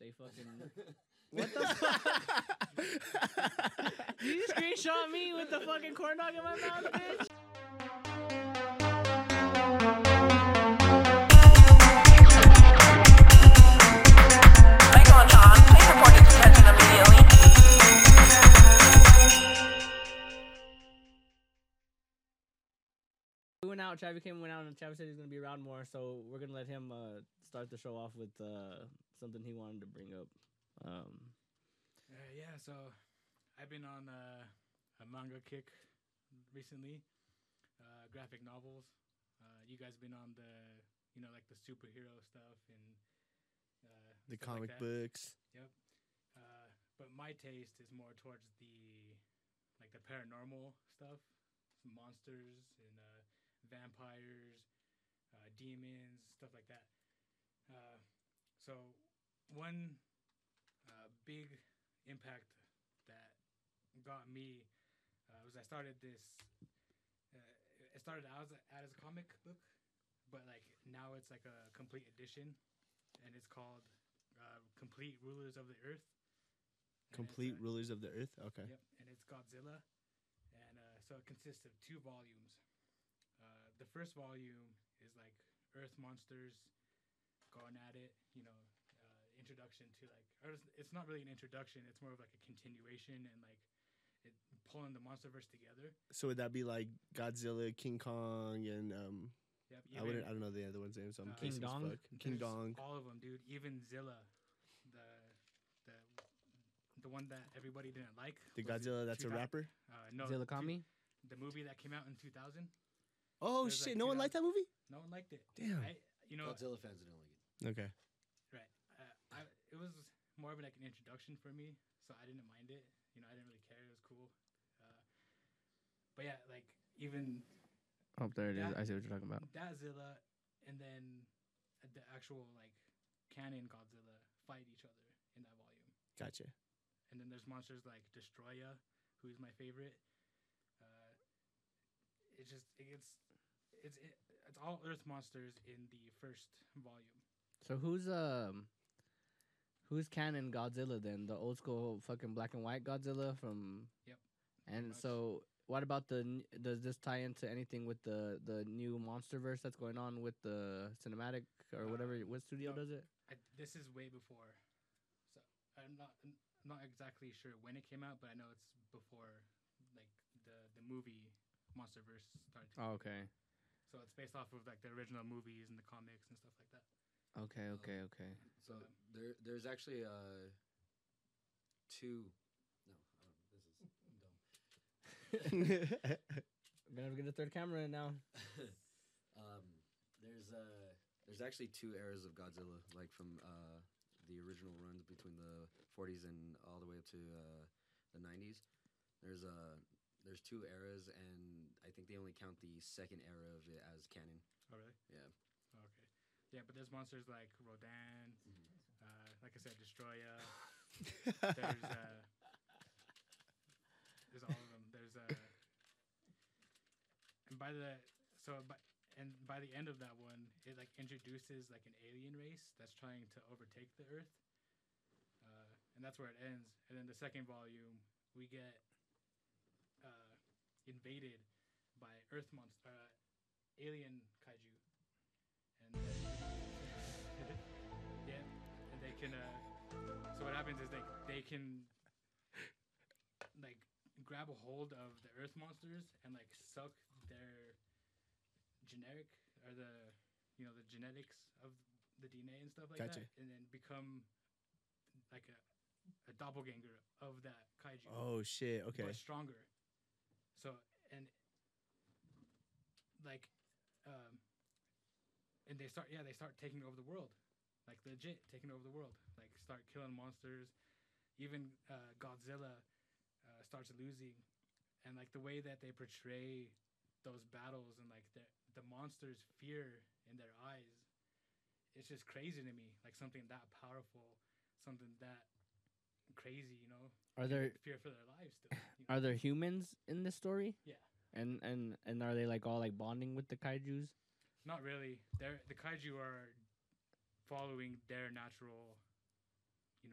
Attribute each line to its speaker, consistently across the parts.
Speaker 1: They fucking.
Speaker 2: What the fuck?
Speaker 1: you screenshot me with the fucking corn dog in my mouth, bitch.
Speaker 3: Icon John, please report to detention immediately.
Speaker 1: We went out. Travis came went out, and Travis said he's gonna be around more, so we're gonna let him uh, start the show off with uh, something he wanted to bring up. Um,
Speaker 4: Uh, yeah, so I've been on uh, a manga kick recently, uh, graphic novels. Uh, you guys been on the, you know, like the superhero stuff and uh, stuff
Speaker 2: The
Speaker 4: like
Speaker 2: comic
Speaker 4: that.
Speaker 2: books.
Speaker 4: Yep. Uh, but my taste is more towards the, like the paranormal stuff, monsters and uh, vampires, uh, demons, stuff like that. Uh, so one uh, big impact that got me uh, was I started this. Uh, it started out as a, out as a comic book, but like now it's like a complete edition, and it's called uh, "Complete Rulers of the Earth." and it's,
Speaker 2: Complete
Speaker 4: uh,
Speaker 2: rulers of the earth. Okay.
Speaker 4: Yep, and it's Godzilla, and uh, so it consists of two volumes. Uh, the first volume is like Earth monsters going at it, you know, uh, introduction to like, or it's, it's not really an introduction; it's more of like a continuation and like it pulling the monsterverse together.
Speaker 2: So would that be like Godzilla, King Kong, and um?
Speaker 4: Yep,
Speaker 2: I
Speaker 4: even-
Speaker 2: wouldn't. I don't know the other one's name. So I'm
Speaker 4: Uh,
Speaker 2: King
Speaker 1: King Dong?
Speaker 2: Dong. King
Speaker 4: there's
Speaker 2: Dong.
Speaker 4: all of them, dude. Even Zilla, the the the one that everybody didn't like. was
Speaker 2: The
Speaker 4: in
Speaker 2: Godzilla. That's a
Speaker 4: 2000
Speaker 2: rapper.
Speaker 4: Uh, no, two-
Speaker 1: Zillakami?
Speaker 4: The movie that came out in 2000.
Speaker 2: Oh
Speaker 4: There's,
Speaker 2: shit!
Speaker 4: like, two
Speaker 2: no one liked that movie.
Speaker 4: No one liked it.
Speaker 2: Damn.
Speaker 4: I, you know,
Speaker 5: Godzilla fans don't like it.
Speaker 2: Okay.
Speaker 4: right. Uh, I, it was more of like an introduction for me, so I didn't mind it. You know, I didn't really care. It was cool. Uh, but yeah, like even
Speaker 1: Oh, there it is.
Speaker 4: That-
Speaker 1: I see what you're talking about.
Speaker 4: that Zilla, and then the actual like canon Godzilla fight each other in that volume.
Speaker 2: Gotcha.
Speaker 4: And then there's monsters like Destroya, who is my favorite. Uh, it just it gets it's it, it's all Earth monsters in the first volume.
Speaker 1: So who's um, who's canon Godzilla then? The old school fucking black and white Godzilla from.
Speaker 4: Yep,
Speaker 1: And
Speaker 4: much.
Speaker 1: so, what about the? n- Does this tie into anything with the the new MonsterVerse that's going on with the cinematic or
Speaker 4: Uh,
Speaker 1: whatever? What studio
Speaker 4: no.
Speaker 1: does it?
Speaker 4: I, this is way before, so I'm not I'm not exactly sure when it came out, but I know it's before like the the movie MonsterVerse started.
Speaker 1: Oh, okay.
Speaker 4: So it's based off of like the original movies and the comics and stuff like that.
Speaker 1: Okay. Okay. Okay.
Speaker 5: So there, there's actually uh, two. No, um, I don't, this is dumb.
Speaker 1: We're gonna get a third camera in now.
Speaker 5: um, there's uh, there's actually two eras of Godzilla, like from uh, the original runs between the 40s and all the way up to uh, the 90s. There's uh, there's two eras, and I think they only count the second era of it as canon.
Speaker 4: Oh really?
Speaker 5: Yeah.
Speaker 4: Okay. Yeah, but there's monsters like Rodan, uh, like I said, Destroya. there's uh, there's all of them. There's uh, and by the so by, and by the end of that one, it like introduces like an alien race that's trying to overtake the Earth, uh, and that's where it ends. And then the second volume, we get uh, invaded by Earth monster, uh, alien kaiju, and yeah, and they can. Uh, so what happens is like they can like grab a hold of the earth monsters and like suck their generic or the you know the genetics of the DNA and stuff like
Speaker 2: Gotcha.
Speaker 4: that and then become like a, a doppelganger of that kaiju
Speaker 2: oh shit. Okay.
Speaker 4: but stronger. So and like, um, and they start yeah they start taking over the world, like legit taking over the world, like start killing monsters, even uh, Godzilla uh, starts losing, and like the way that they portray those battles and like the the monsters' fear in their eyes, it's just crazy to me. Like something that powerful, something that crazy, you know,
Speaker 1: Are there
Speaker 4: fear for their lives still. you know?
Speaker 1: are there humans in this story?
Speaker 4: Yeah.
Speaker 1: And and and are they like all like bonding with the kaiju's?
Speaker 4: Not really. They're, the kaiju are following their natural, you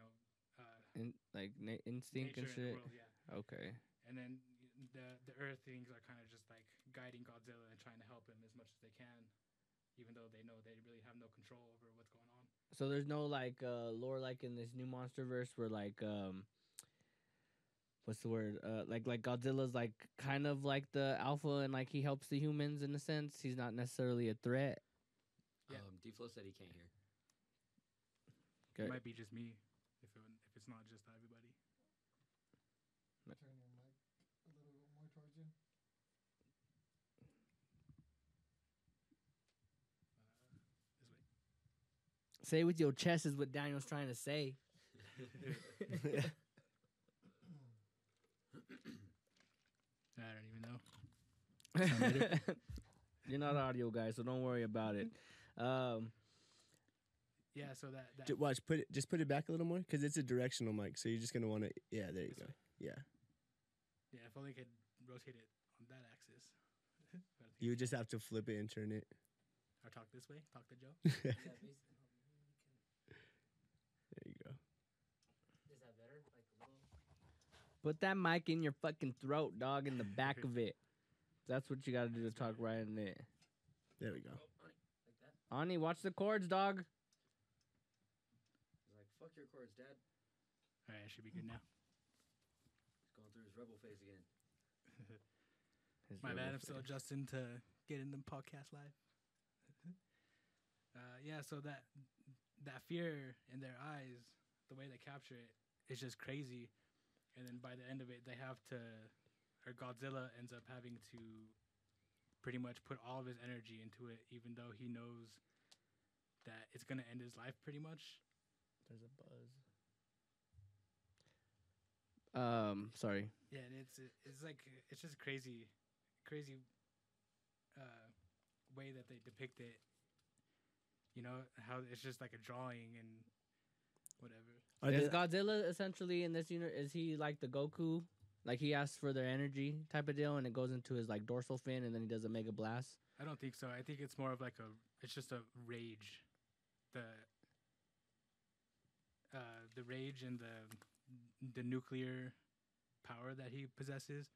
Speaker 4: uh,
Speaker 1: in, like na- instinct and shit.
Speaker 4: nature in the world, yeah.
Speaker 1: Okay.
Speaker 4: And then the the Earth things are kind of just like guiding Godzilla and trying to help him as much as they can, even though they know they really have no control over what's going on.
Speaker 1: So there's no like uh lore like in this new monster verse where like um what's the word? Uh like like Godzilla's like kind of like the alpha and like he helps the humans in a sense. He's not necessarily a threat.
Speaker 4: Yeah.
Speaker 5: Um, Deflo said he can't hear.
Speaker 1: Okay.
Speaker 4: It might be just me, if it, if it's not just everybody.
Speaker 6: Turn your mic a little bit more towards you.
Speaker 1: Say with your chest is what Daniel's trying to say.
Speaker 4: I don't even know.
Speaker 1: You're not audio guy, so don't worry about it. Um
Speaker 4: Yeah, so that, that
Speaker 2: Ju- Watch, put it just put it back a little more because it's a directional mic, so you're just gonna want to. Yeah, there you
Speaker 4: This
Speaker 2: go.
Speaker 4: way?
Speaker 2: Yeah,
Speaker 4: yeah, if only I could rotate it on that axis. But I think
Speaker 2: you
Speaker 4: I
Speaker 2: just
Speaker 4: can't.
Speaker 2: have to flip it and turn it.
Speaker 4: or talk this way, talk to Joe.
Speaker 2: there you go.
Speaker 7: Is that better? Like a little.
Speaker 1: put that mic in your fucking throat, dog, in the back of it. That's what you gotta do to talk right in it.
Speaker 2: There we go.
Speaker 7: Oh, honey, like that.
Speaker 1: Ani, watch the chords, dog.
Speaker 5: He's like, fuck your chords, Dad.
Speaker 4: All right, it should be good now.
Speaker 5: He's going through his rebel phase again.
Speaker 1: His
Speaker 4: My
Speaker 1: rebel
Speaker 4: bad. I'm still
Speaker 1: face.
Speaker 4: adjusting to getting the podcast live. uh, yeah, so that that fear in their eyes, the way they capture it, is just crazy. And then by the end of it, they have to, or Godzilla ends up having to, pretty much put all of his energy into it, even though he knows that it's gonna end his life pretty much.
Speaker 1: There's a buzz. Um, sorry.
Speaker 4: Yeah, and it's it- it's like uh, it's just crazy, crazy uh, way that they depict it. You know how it's just like a drawing and whatever.
Speaker 2: Are
Speaker 1: is
Speaker 2: the-
Speaker 1: Godzilla essentially in this unit? Is he like the Goku? Like he asks for their energy type of deal, and it goes into his like dorsal fin, and then he does a mega blast.
Speaker 4: I don't think so. I think it's more of like a it's just a rage, the uh, the rage and the the nuclear power that he possesses.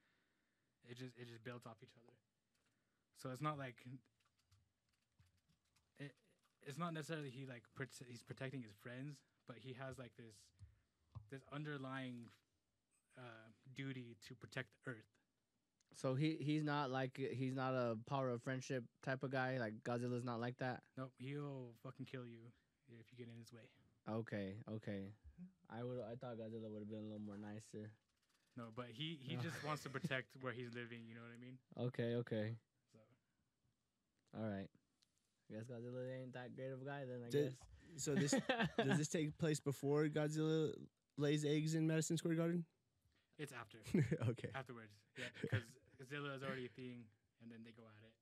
Speaker 4: It just it just builds off each other. So it's not like it, it's not necessarily he like prote- he's protecting his friends, but he has like this this underlying uh, duty to protect the earth.
Speaker 1: So he he's not like he's not a power of friendship type of guy. Like Godzilla's not like that.
Speaker 4: Nope, he'll fucking kill you if you get in his way.
Speaker 1: Okay, okay. I would I thought Godzilla would have been a little more nicer.
Speaker 4: No, but he he
Speaker 1: No.
Speaker 4: just wants to protect where he's living. You know what I mean?
Speaker 1: Okay, okay.
Speaker 4: So
Speaker 1: All right. I guess Godzilla ain't that great of a guy then. I
Speaker 2: Did- so this
Speaker 1: guess.
Speaker 2: does this take place before Godzilla lays eggs in Madison Square Garden?
Speaker 4: it's after
Speaker 2: okay.
Speaker 4: afterwards, yeah, because Godzilla is already a thing, and then they go at it,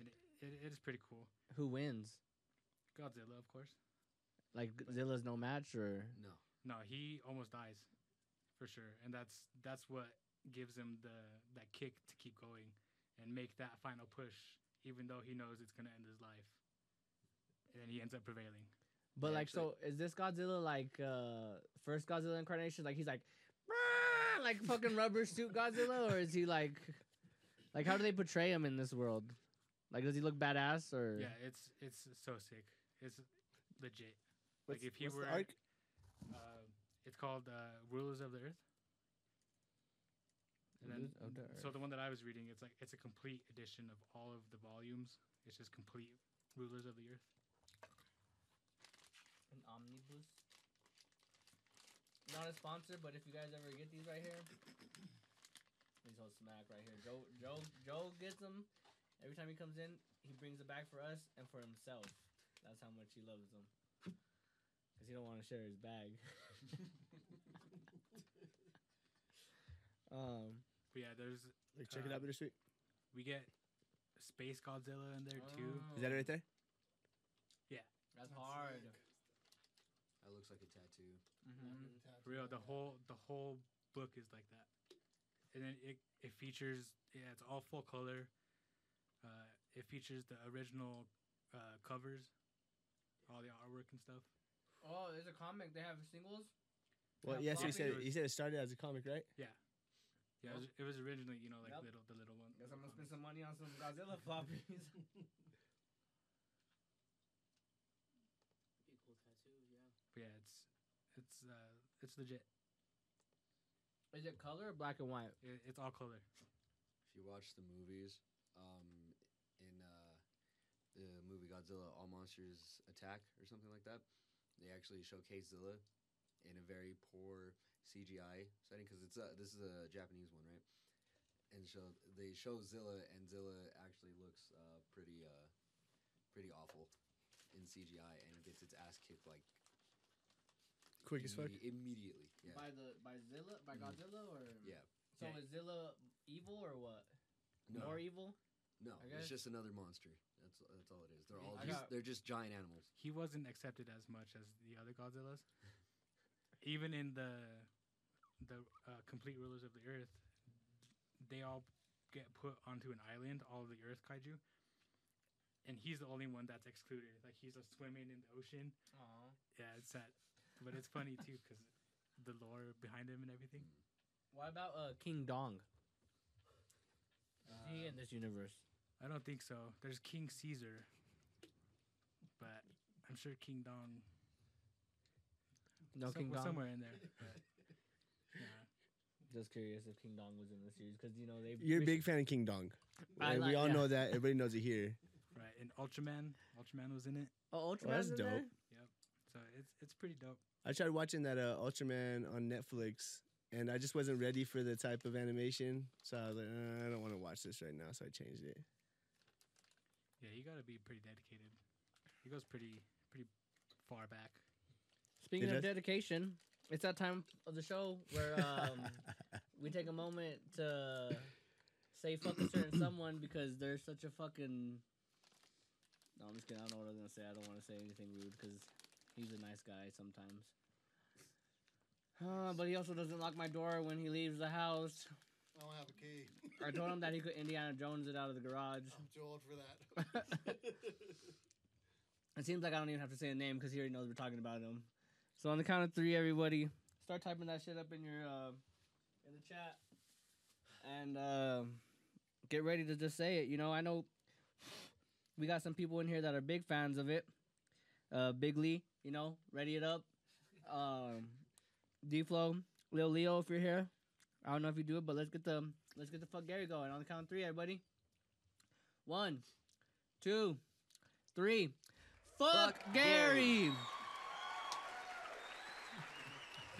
Speaker 4: and it, it, it is pretty cool.
Speaker 1: Who wins?
Speaker 4: Godzilla, of course.
Speaker 1: Like Godzilla's no match, or
Speaker 5: No.
Speaker 4: No, he almost dies, for sure, and that's that's what gives him the that kick to keep going and make that final push, even though he knows it's gonna end his life, and then he ends up prevailing.
Speaker 1: But
Speaker 5: Yeah,
Speaker 1: like,
Speaker 5: actually-
Speaker 1: so is this Godzilla like uh first Godzilla incarnation? Like he's like, "Rah!" like fucking rubber suit Godzilla, or is he like, like how do they portray him in this world? Like, does he look badass or?
Speaker 4: Yeah, it's it's so sick. It's legit.
Speaker 2: What's-
Speaker 4: if he
Speaker 2: what's the
Speaker 4: were-
Speaker 2: arc?
Speaker 4: Uh, it's called uh, Rulers of the Earth. And then,
Speaker 1: Rulers of the
Speaker 4: so the one that I was reading, it's like it's a complete edition of all of the volumes. It's just complete Rulers of the Earth.
Speaker 1: An omnibus. Not a sponsor, but if you guys ever get these right here, these whole smack right here. Joe, Joe, Joe gets them every time he comes in. He brings it back for us and for himself. That's how much he loves them. Cause he don't want to share his bag. um,
Speaker 4: But yeah, there's
Speaker 2: Like, check it out, bittersweet.
Speaker 4: we get Space Godzilla in there too.
Speaker 1: oh,
Speaker 2: Is that it right there?
Speaker 1: That's hard.
Speaker 5: That looks like a tattoo.
Speaker 1: Mhm.
Speaker 4: Mm-hmm. For real, the whole the whole book is like that, and then it it features yeah, it's all full color. Uh, it features the original uh, covers, all the artwork and stuff.
Speaker 1: Oh, there's a comic. They have singles.
Speaker 2: Well,
Speaker 4: Yeah,
Speaker 2: yeah, so
Speaker 4: Floppy
Speaker 2: you said it,
Speaker 4: was-
Speaker 2: you said it started as a comic, right?
Speaker 4: Yeah, it was, it was originally, you know, like
Speaker 1: Yep.
Speaker 4: little the little one.
Speaker 1: Guess I'm gonna spend some money on some Godzilla floppies.
Speaker 7: Be a cool tattoo, yeah.
Speaker 4: But yeah, it's it's uh it's legit.
Speaker 1: Is it color or black and white?
Speaker 4: It, it's all color.
Speaker 5: If you watch the movies, um, in uh, the movie Godzilla, All Monsters Attack or something like that, they actually showcase Zilla in a very poor CGI setting because it's a, this is a Japanese one, right? And so they show Zilla, and Zilla actually looks uh, pretty uh, pretty awful in CGI, and gets its ass kicked like
Speaker 2: Quick as fuck.
Speaker 5: immedi- immediately. Yeah.
Speaker 1: By the by Zilla by
Speaker 5: Mhm.
Speaker 1: Godzilla or
Speaker 5: Yeah.
Speaker 1: So
Speaker 4: Yeah.
Speaker 1: is Zilla evil or what?
Speaker 5: No.
Speaker 1: More evil?
Speaker 5: No,
Speaker 1: I
Speaker 5: it's
Speaker 1: guess.
Speaker 5: just another monster. That's that's all it is. They're all
Speaker 1: I
Speaker 5: just
Speaker 1: got-
Speaker 5: they're just giant animals.
Speaker 4: He wasn't accepted as much as the other Godzillas. Even in the the uh, complete rulers of the earth, they all get put onto an island. All of the earth kaiju, and he's the only one that's excluded. Like he's uh, swimming in the ocean.
Speaker 1: Aw.
Speaker 4: Yeah, it's sad, but it's funny too because the lore behind him and everything.
Speaker 1: What about uh King Dong? Is he in
Speaker 4: Um,
Speaker 1: this universe?
Speaker 2: Uh,
Speaker 4: I don't think so. There's King Caesar, but I'm sure King Dong.
Speaker 1: No
Speaker 4: some-
Speaker 1: King
Speaker 4: well,
Speaker 1: Dong.
Speaker 4: somewhere in there. but, yeah.
Speaker 1: Just curious if King Dong was in the series because you know they.
Speaker 2: You're a
Speaker 1: re-
Speaker 2: big fan of King Dong.
Speaker 1: I
Speaker 2: And we
Speaker 1: like-
Speaker 2: all
Speaker 1: yeah.
Speaker 2: know that. Everybody knows it here.
Speaker 4: Right, and Ultraman, Ultraman was in it,
Speaker 1: Oh, Ultraman's
Speaker 2: that's
Speaker 1: in
Speaker 2: dope.
Speaker 1: there?
Speaker 4: so it's it's pretty dope.
Speaker 2: I tried watching that uh, Ultraman on Netflix, and I just wasn't ready for the type of animation. So I was like, uh, I don't want to watch this right now. So I changed it.
Speaker 4: Yeah, you gotta be pretty dedicated. He goes pretty pretty far back.
Speaker 1: Speaking
Speaker 2: Did
Speaker 1: of
Speaker 2: I-
Speaker 1: dedication, it's that time of the show where um, we take a moment to say fuck a certain someone because they're such a fucking. No, I'm just kidding. I don't know what I was gonna say. I don't want to say anything rude because he's a nice guy sometimes. Uh, but he also doesn't lock my door when he leaves the house.
Speaker 6: I don't have a key.
Speaker 1: I told him that he could Indiana Jones it out of the garage.
Speaker 6: I'm too old for that.
Speaker 1: It seems like I don't even have to say a name because he already knows we're talking about him. So on the count of three, everybody, start typing that shit up in your uh, in the chat, and uh, get ready to just say it. You know, I know we got some people in here that are big fans of it. Uh, Big Lee, you know, ready it up. Um, D Flow, Lil Leo, if you're here, I don't know if you do it, but let's get the let's get the fuck Gary going. On the count of three, everybody. One, two, three. Fuck,
Speaker 5: Fuck
Speaker 1: Gary.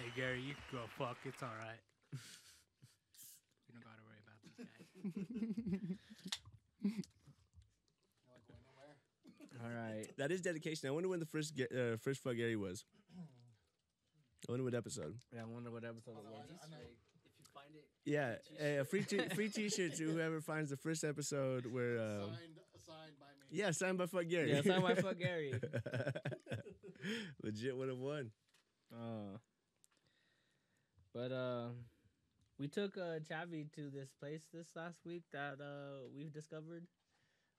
Speaker 4: Hey Gary, you can go fuck. It's all right. we don't gotta worry about this guy.
Speaker 6: Not going nowhere.
Speaker 1: All right.
Speaker 2: That is dedication. I wonder when the first Ga- uh, first fuck Gary was. I wonder what episode.
Speaker 1: Yeah, I wonder what episode it
Speaker 6: Although
Speaker 1: was.
Speaker 6: I- I know-
Speaker 7: If you find it,
Speaker 2: Yeah,
Speaker 7: Free
Speaker 2: a free t- free T-shirt to whoever finds the first episode where. Um,
Speaker 6: signed, signed by me.
Speaker 2: yeah, signed by fuck Gary.
Speaker 1: Yeah, it's not my fuck Gary.
Speaker 2: Legit would have won. Oh.
Speaker 1: Uh, but uh, we took uh, Chavi to this place this last week that uh we've discovered.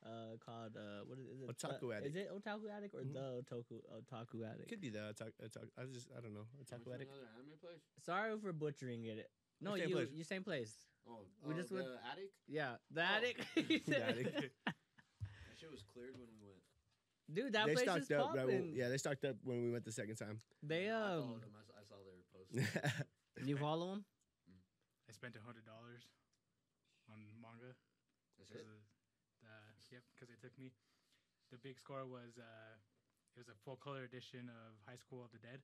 Speaker 1: Uh, called uh, what is is it?
Speaker 2: Otaku
Speaker 1: The-
Speaker 2: Attic.
Speaker 1: Is it Otaku Attic or
Speaker 2: Mhm.
Speaker 1: the Otaku Otaku Attic?
Speaker 2: Could be that. I talk. I talk. I just. I don't know. I talk about it.
Speaker 5: another anime place?
Speaker 1: Sorry for butchering it. No,
Speaker 2: Same
Speaker 1: you
Speaker 2: place. Oh.
Speaker 1: you same place.
Speaker 5: Oh,
Speaker 1: We
Speaker 5: we
Speaker 1: uh, just
Speaker 5: just
Speaker 1: went-
Speaker 5: the attic.
Speaker 1: Yeah, the attic.
Speaker 2: The attic.
Speaker 5: That shit was cleared when we went.
Speaker 1: Dude, that
Speaker 2: they
Speaker 1: place is
Speaker 2: stocked up. Right,
Speaker 1: popping.
Speaker 2: when- yeah, they stocked up when we went the second time.
Speaker 1: They
Speaker 5: No, I,
Speaker 1: um,
Speaker 5: followed 'em. I, s- I saw their post.
Speaker 1: you follow them?
Speaker 4: I spent a hundred dollars on manga.
Speaker 5: That's
Speaker 4: because
Speaker 5: it.
Speaker 4: of uh, yep, because it took me. The big score was uh, it was a full color edition of High School of the Dead.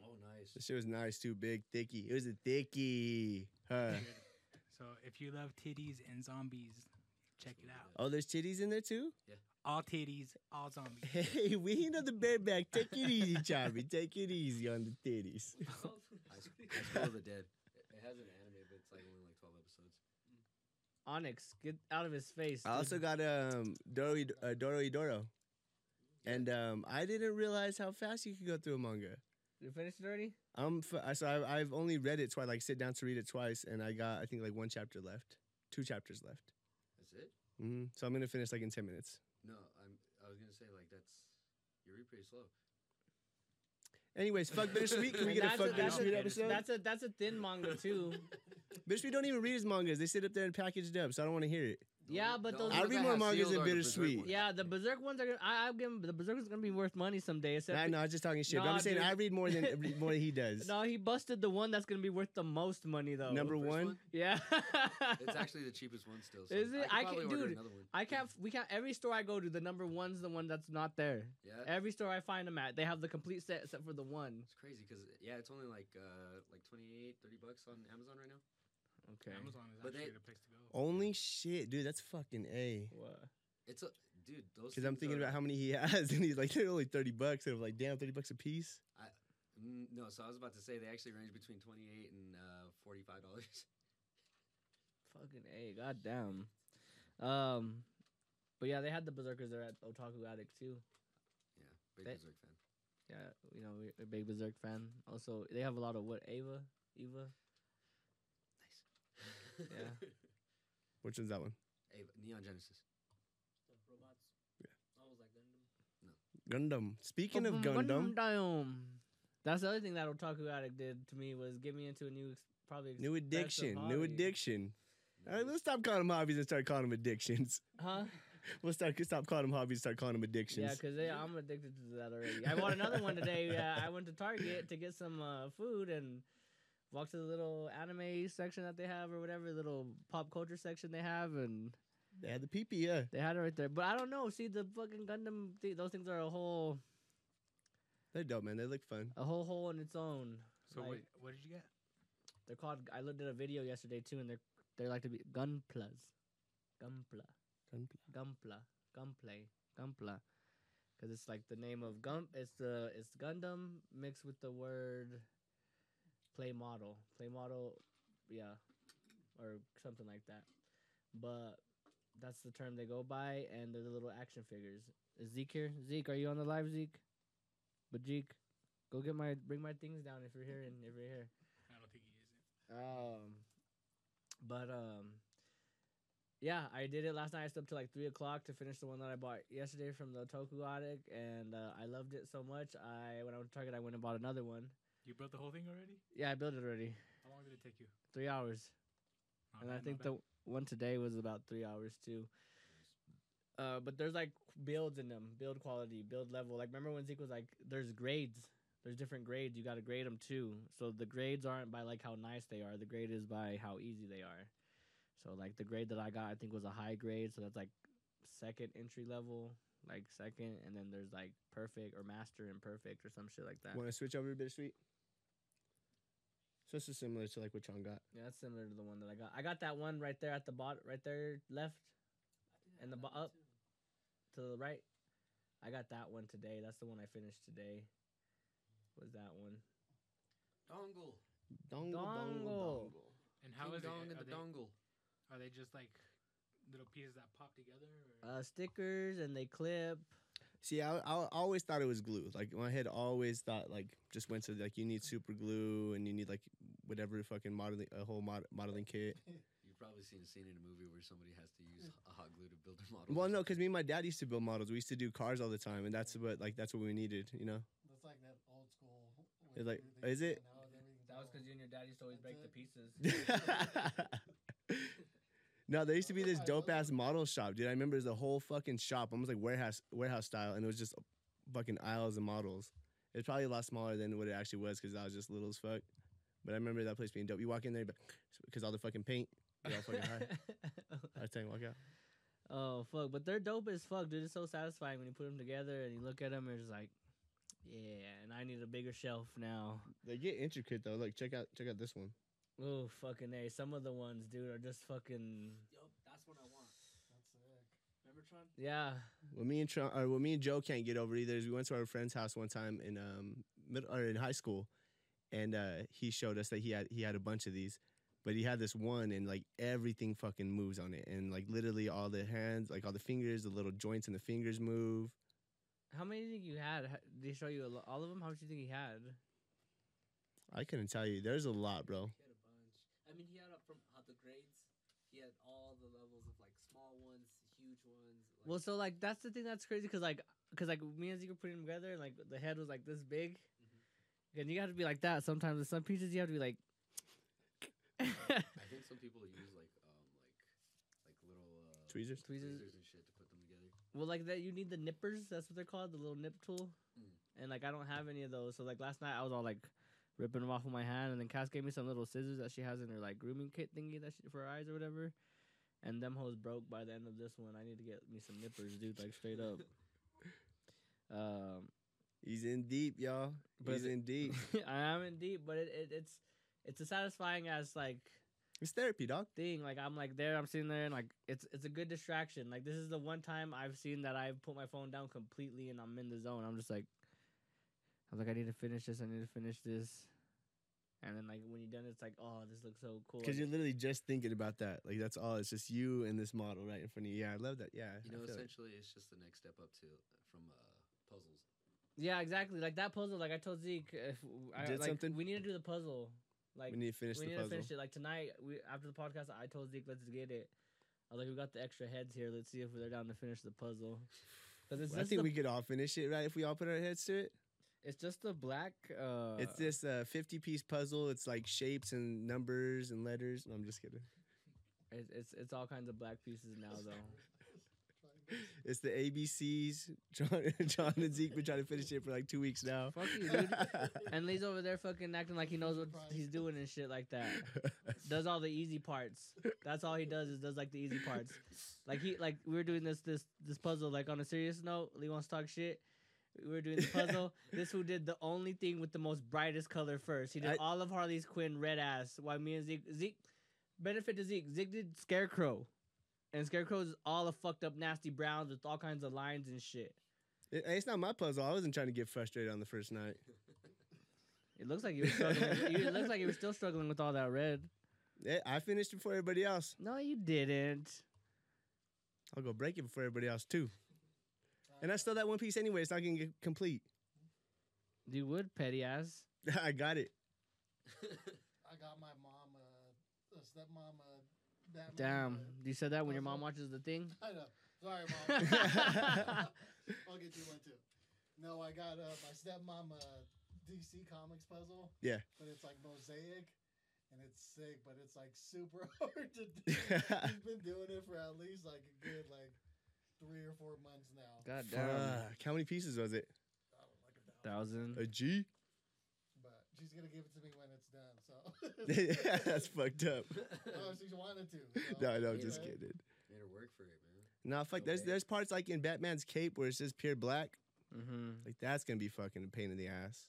Speaker 5: Oh, nice.
Speaker 2: This shit was nice too. Big, thicky. It was a thicky. Huh.
Speaker 4: so if you love titties and zombies, check it out.
Speaker 2: Oh, there's titties in there too.
Speaker 4: All titties, all zombies.
Speaker 2: Hey, we ain't on the bareback. Take it easy, Chavi. Take it easy on the titties.
Speaker 5: I, s- I School of the Dead. It, it has an anime, but it's like only like twelve episodes.
Speaker 1: Onyx, get out of his face.
Speaker 2: I also
Speaker 1: dude.
Speaker 2: got um Doro uh, Doro Idoro, and um I didn't realize how fast you could go through a manga.
Speaker 1: You finished it already?
Speaker 2: I'm Um, f- I- so I've, I've only read it twice. Like sit down to read it twice, and I got I think like one chapter left, two chapters left.
Speaker 5: That's it?
Speaker 2: hmm So I'm gonna finish like in ten minutes.
Speaker 5: No, I'm. I was gonna say like that's. You read pretty slow.
Speaker 2: Anyways, fuck Bittersweet. Can we
Speaker 1: And
Speaker 2: get a
Speaker 1: that's
Speaker 2: fuck
Speaker 1: that's
Speaker 2: Bittersweet
Speaker 1: a,
Speaker 2: episode?
Speaker 1: That's a that's a thin manga too.
Speaker 2: Bittersweet don't even read his mangas. They sit up there and packaged up, so I don't want to hear it.
Speaker 1: Yeah, but those-
Speaker 2: I read more mangas than Bittersweet.
Speaker 1: yeah, the berserk ones are. Gonna, I, I'm giving the berserk is gonna be worth money someday. Except
Speaker 2: Nah,
Speaker 1: the-
Speaker 2: no, I'm just talking shit. but
Speaker 1: Nah,
Speaker 2: I'm saying
Speaker 1: dude.
Speaker 2: I read more than read more than he does.
Speaker 1: no, he busted the one that's gonna be worth the most money though.
Speaker 2: Number
Speaker 5: First
Speaker 2: one,
Speaker 5: one?
Speaker 1: Yeah.
Speaker 5: It's actually the cheapest one still. So
Speaker 1: Is it?
Speaker 5: could
Speaker 1: I
Speaker 5: probably
Speaker 1: can't-
Speaker 5: order
Speaker 1: dude,
Speaker 5: another one.
Speaker 1: I can't. We can't. Every store I go to, the number one's the one that's not there.
Speaker 5: Yeah,
Speaker 1: Every store I find them at, they have the complete set except for the one.
Speaker 5: it's crazy because yeah, it's only like uh like 28, 30 bucks on Amazon right now.
Speaker 1: Okay.
Speaker 4: Amazon is
Speaker 5: But
Speaker 4: actually
Speaker 5: they- Oh,
Speaker 4: the place to go.
Speaker 2: only shit, dude. That's fucking a.
Speaker 1: What?
Speaker 5: It's a dude. Those
Speaker 2: Because I'm
Speaker 5: things
Speaker 2: thinking
Speaker 5: are-
Speaker 2: about how many he has, and he's like, they're only thirty bucks. And I'm like, damn, thirty bucks a piece.
Speaker 5: Mm, no, so I was about to say they actually range between twenty eight and uh, forty five dollars.
Speaker 1: Fucking a. Goddamn. Um. But yeah, they had the berserkers there at Otaku Attic too.
Speaker 5: yeah, big
Speaker 1: They-
Speaker 5: Berserk fan.
Speaker 1: Yeah, you know we're a big berserk fan. Also, they have a lot of what Ava, Eva.
Speaker 5: Nice.
Speaker 1: Yeah.
Speaker 2: Which one's that one?
Speaker 5: hey, but Neon Genesis.
Speaker 7: The robots. Yeah. I was like Gundam.
Speaker 2: Gundam. Speaking of Gundam,
Speaker 1: Gundam. That's the other thing that Otaku Attic did to me was get me into a new, ex- probably ex-
Speaker 2: new addiction, new
Speaker 1: hobby.
Speaker 2: addiction. All right,
Speaker 5: Nice.
Speaker 2: let's stop calling them hobbies and start calling them addictions.
Speaker 1: huh?
Speaker 2: We'll start stop calling them hobbies, start calling them addictions.
Speaker 1: Yeah, because I'm addicted to that already. I bought another one today. Uh, I went to Target to get some uh, food and walked to the little anime section that they have or whatever little pop culture section they have, and
Speaker 2: they had the pee pee, yeah.
Speaker 1: they had it right there. But I don't know. See, the fucking Gundam, thi- those things are a whole,
Speaker 2: They're dope, man. They look fun.
Speaker 1: a whole hole in its own.
Speaker 4: So
Speaker 1: like,
Speaker 4: what, what did you get?
Speaker 1: They're called. I looked at a video yesterday too, and they're they like to be gunplas, gunpla, gunpla, gunplay, gunpla, because it's like the name of gun. It's the it's Gundam mixed with the word play model, play model, yeah, or something like that. But that's the term they go by, and they're the little action figures. Is Zeke here? Zeke, are you on the live, Zeke? But Zeke, go get my bring my things down if you're here and if you're here.
Speaker 4: I don't think he is.
Speaker 1: Um, but um, yeah, I did it last night. I stayed up till like three o'clock to finish the one that I bought yesterday from the Toku Attic, and uh, I loved it so much. I when I went to Target, I went and bought another one.
Speaker 4: You built the whole thing already?
Speaker 1: Yeah, I built it already.
Speaker 4: How long did it take you?
Speaker 1: Three hours,
Speaker 5: Uh,
Speaker 4: Not
Speaker 1: and
Speaker 4: bad,
Speaker 1: I
Speaker 4: not
Speaker 1: think
Speaker 4: bad.
Speaker 1: the one today was about three hours too. Uh, but there's like builds in them, build quality, build level. Like remember when Zeke was like, "There's grades, there's different grades. You got to grade them too." So the grades aren't by like how nice they are. The grade is by how easy they are. So like the grade that I got, I think was a high grade. So that's like second entry level, like second, and then there's like perfect or master and perfect or some shit like that.
Speaker 2: Want to switch over to bittersweet? So this is similar to like what Sean got.
Speaker 1: Yeah, that's similar to the one that I got. I got that one right there at the bot, right there left. And the bo- up to the right. I got that one today. That's the one I finished today. Was that one?
Speaker 5: Dongle.
Speaker 2: Dongle,
Speaker 1: Dongle.
Speaker 4: And
Speaker 5: How
Speaker 4: how
Speaker 5: King
Speaker 4: is it?
Speaker 5: Dong and
Speaker 4: Are
Speaker 5: the
Speaker 4: they,
Speaker 5: Dongle.
Speaker 4: are they just like little pieces that pop together? Or?
Speaker 1: Uh, stickers and they clip.
Speaker 2: See, I, I always thought it was glue. Like my head always thought like just went to like you need super glue and you need like whatever fucking modeling a whole mod- modeling kit.
Speaker 5: You've probably seen a scene in a movie where somebody has to use a hot glue to build a model.
Speaker 2: Well,
Speaker 5: or
Speaker 2: no, because
Speaker 5: something.
Speaker 2: me and my dad used to build models. We used to do cars all the time, and that's what like that's what we needed. You know,
Speaker 6: That's like that old school.
Speaker 2: It's like- is it-
Speaker 1: That was because you and your dad used to always break the pieces.
Speaker 2: no, there used to be this dope ass model shop, dude. I remember it was a whole fucking shop, almost like warehouse warehouse style, and it was just fucking aisles of models. It's probably a lot smaller than what it actually was because I was just little as fuck. But I remember that place being dope. You walk in there, because all the fucking paint, you're all fucking high. I tell you, walk out.
Speaker 1: oh fuck! But they're dope as fuck, dude. It's so satisfying when you put them together and you look at them and it's like, yeah. And I need a bigger shelf now.
Speaker 2: They get intricate though. Look, check out check out this one.
Speaker 1: Oh fucking a! Some of the ones, dude, are just fucking
Speaker 7: Yup, that's what I want. Remember Tron?
Speaker 1: yeah.
Speaker 2: What me and Tron, or what me and Joe can't get over either is we went to our friend's house one time in um middle or in high school, and uh, he showed us that he had he had a bunch of these, but he had this one and like everything fucking moves on it, and like literally all the hands, like all the fingers, the little joints in the fingers move.
Speaker 1: How many do you think you had? H- Did they show you a lo- all of them? How much do you think he had?
Speaker 2: I couldn't tell you. There's a lot, bro.
Speaker 7: He had a bunch. I mean, he had up from uh, the grades. He had all the levels of like small ones, huge ones. Like,
Speaker 1: Well, so like that's the thing that's crazy because like because like me and Zeke were putting them together and like the head was like this big, And you have to be like that sometimes. With some pieces, you have to be like.
Speaker 5: I think some people use like um like like little uh,
Speaker 2: Tweezers?
Speaker 1: Tweezers.
Speaker 5: tweezers and shit to put them together.
Speaker 1: Well, like that, you need the nippers. That's what they're called, the little nip tool.
Speaker 5: Mm.
Speaker 1: And like, I don't have any of those. So like last night, I was all like ripping them off with my hand, and then Cass gave me some little scissors that she has in her like grooming kit thingy that she, for her eyes or whatever. And them hoes broke by the end of this one. I need to get me some nippers, dude. Like straight up. Um,
Speaker 2: He's in deep, y'all.
Speaker 1: But
Speaker 2: He's
Speaker 1: the-
Speaker 2: in deep.
Speaker 1: I am in deep, but it, it, it's it's as satisfying as like
Speaker 2: It's therapy, dog.
Speaker 1: thing. Like I'm like there, I'm sitting there, and like it's it's a good distraction. Like this is the one time I've seen that I've put my phone down completely and I'm in the zone. I'm just like, I'm like I need to finish this. I need to finish this. And then like when you're done, it's like oh this looks so cool.
Speaker 2: Because you're literally just thinking about that. Like that's all. It's just you and this model right in front of you. Yeah, I love that. Yeah,
Speaker 5: You
Speaker 2: I
Speaker 5: know,
Speaker 2: feel it.
Speaker 5: essentially, it's just the next step up to from uh, puzzles.
Speaker 1: yeah, exactly. Like that puzzle. Like I told Zeke, if I,
Speaker 2: Did
Speaker 1: like,
Speaker 2: something?
Speaker 1: we need to do the puzzle. Like
Speaker 2: we need to finish
Speaker 1: we
Speaker 2: the
Speaker 1: need
Speaker 2: puzzle.
Speaker 1: to finish it. Like tonight, we after the podcast, I told Zeke, let's get it. I was like, we got the extra heads here. Let's see if they're down to finish the puzzle. Because it's
Speaker 2: Well, I
Speaker 1: just
Speaker 2: think
Speaker 1: the-
Speaker 2: we could all finish it, right? If we all put our heads to it.
Speaker 1: It's just the black. Uh,
Speaker 2: it's this uh, 50 piece puzzle. It's like shapes and numbers and letters. No, I'm just kidding.
Speaker 1: It's, it's it's all kinds of black pieces now though.
Speaker 2: It's the ABCs. John, John and Zeke been trying to finish it for like two weeks now.
Speaker 1: Fuck you, dude. and Lee's over there fucking acting like he knows what he's doing and shit like that. Does all the easy parts. That's all he does is does like the easy parts. Like he like we were doing this this this puzzle like on a serious note. Lee wants to talk shit. We were doing the puzzle. this who did the only thing with the most brightest color first. He did
Speaker 2: I-
Speaker 1: all of Harley's Quinn red ass. While me and Zeke Zeke benefit to Zeke. Zeke did Scarecrow. And Scarecrow's is all the fucked up nasty browns with all kinds of lines and shit.
Speaker 2: It- it's not my puzzle. I wasn't trying to get frustrated on the first night.
Speaker 1: It looks like you were struggling. you, it looks like you were still struggling with all that red.
Speaker 2: Eh, I finished it before everybody else.
Speaker 1: No, you didn't.
Speaker 2: I'll go break it before everybody else too. And I stole that one piece anyway. It's not gonna get complete.
Speaker 1: You would, petty ass.
Speaker 2: I got it.
Speaker 6: I got my mom a, a stepmom a Batman,
Speaker 1: Damn,
Speaker 6: uh,
Speaker 1: you said that when your mom watches
Speaker 6: Puzzle.
Speaker 1: the thing.
Speaker 6: I know. Sorry, mom. I'll get you one too. No, I got uh, my stepmom a DC Comics puzzle.
Speaker 2: Yeah.
Speaker 6: But it's like mosaic, and it's sick. But it's like super hard to do. She's been doing it for at least like a good like three or four months now.
Speaker 1: God
Speaker 2: Fuck. How many pieces was it?
Speaker 6: I don't like it now,
Speaker 1: thousand.
Speaker 2: A G?
Speaker 6: but she's gonna give it to me when it's done. So.
Speaker 2: That's fucked up.
Speaker 6: Oh, she wanted to. So.
Speaker 2: No, no,
Speaker 5: You
Speaker 2: just
Speaker 5: know?
Speaker 2: kidding.
Speaker 5: Made her work for it, man.
Speaker 2: Nah, fuck. There's
Speaker 5: Okay.
Speaker 2: there's parts like in Batman's cape where it's just pure black.
Speaker 1: Mm-hmm.
Speaker 2: Like that's gonna be fucking a pain in the ass.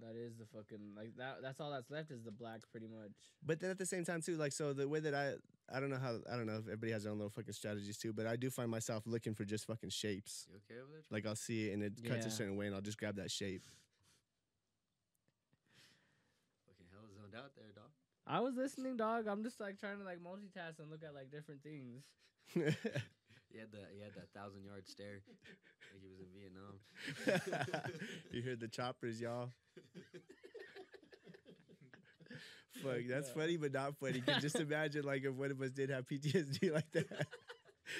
Speaker 1: That is the fucking like that. That's all that's left is the black, pretty much.
Speaker 2: But then at the same time too, like so the way that I I don't know how I don't know if everybody has their own little fucking strategies too, but I do find myself looking for just fucking shapes.
Speaker 5: You okay over there?
Speaker 2: Like I'll see it and it cuts a
Speaker 1: Yeah.
Speaker 2: certain way and I'll just grab that shape.
Speaker 5: Fucking hell zoned out there, dog.
Speaker 1: I was listening, dog. I'm just like trying to like multitask and look at like different things.
Speaker 5: He had that. He had that thousand yard stare, like he was in Vietnam.
Speaker 2: you heard the choppers, y'all. Fuck, that's funny, but not funny. Can just imagine, like, if one of us did have PTSD like that.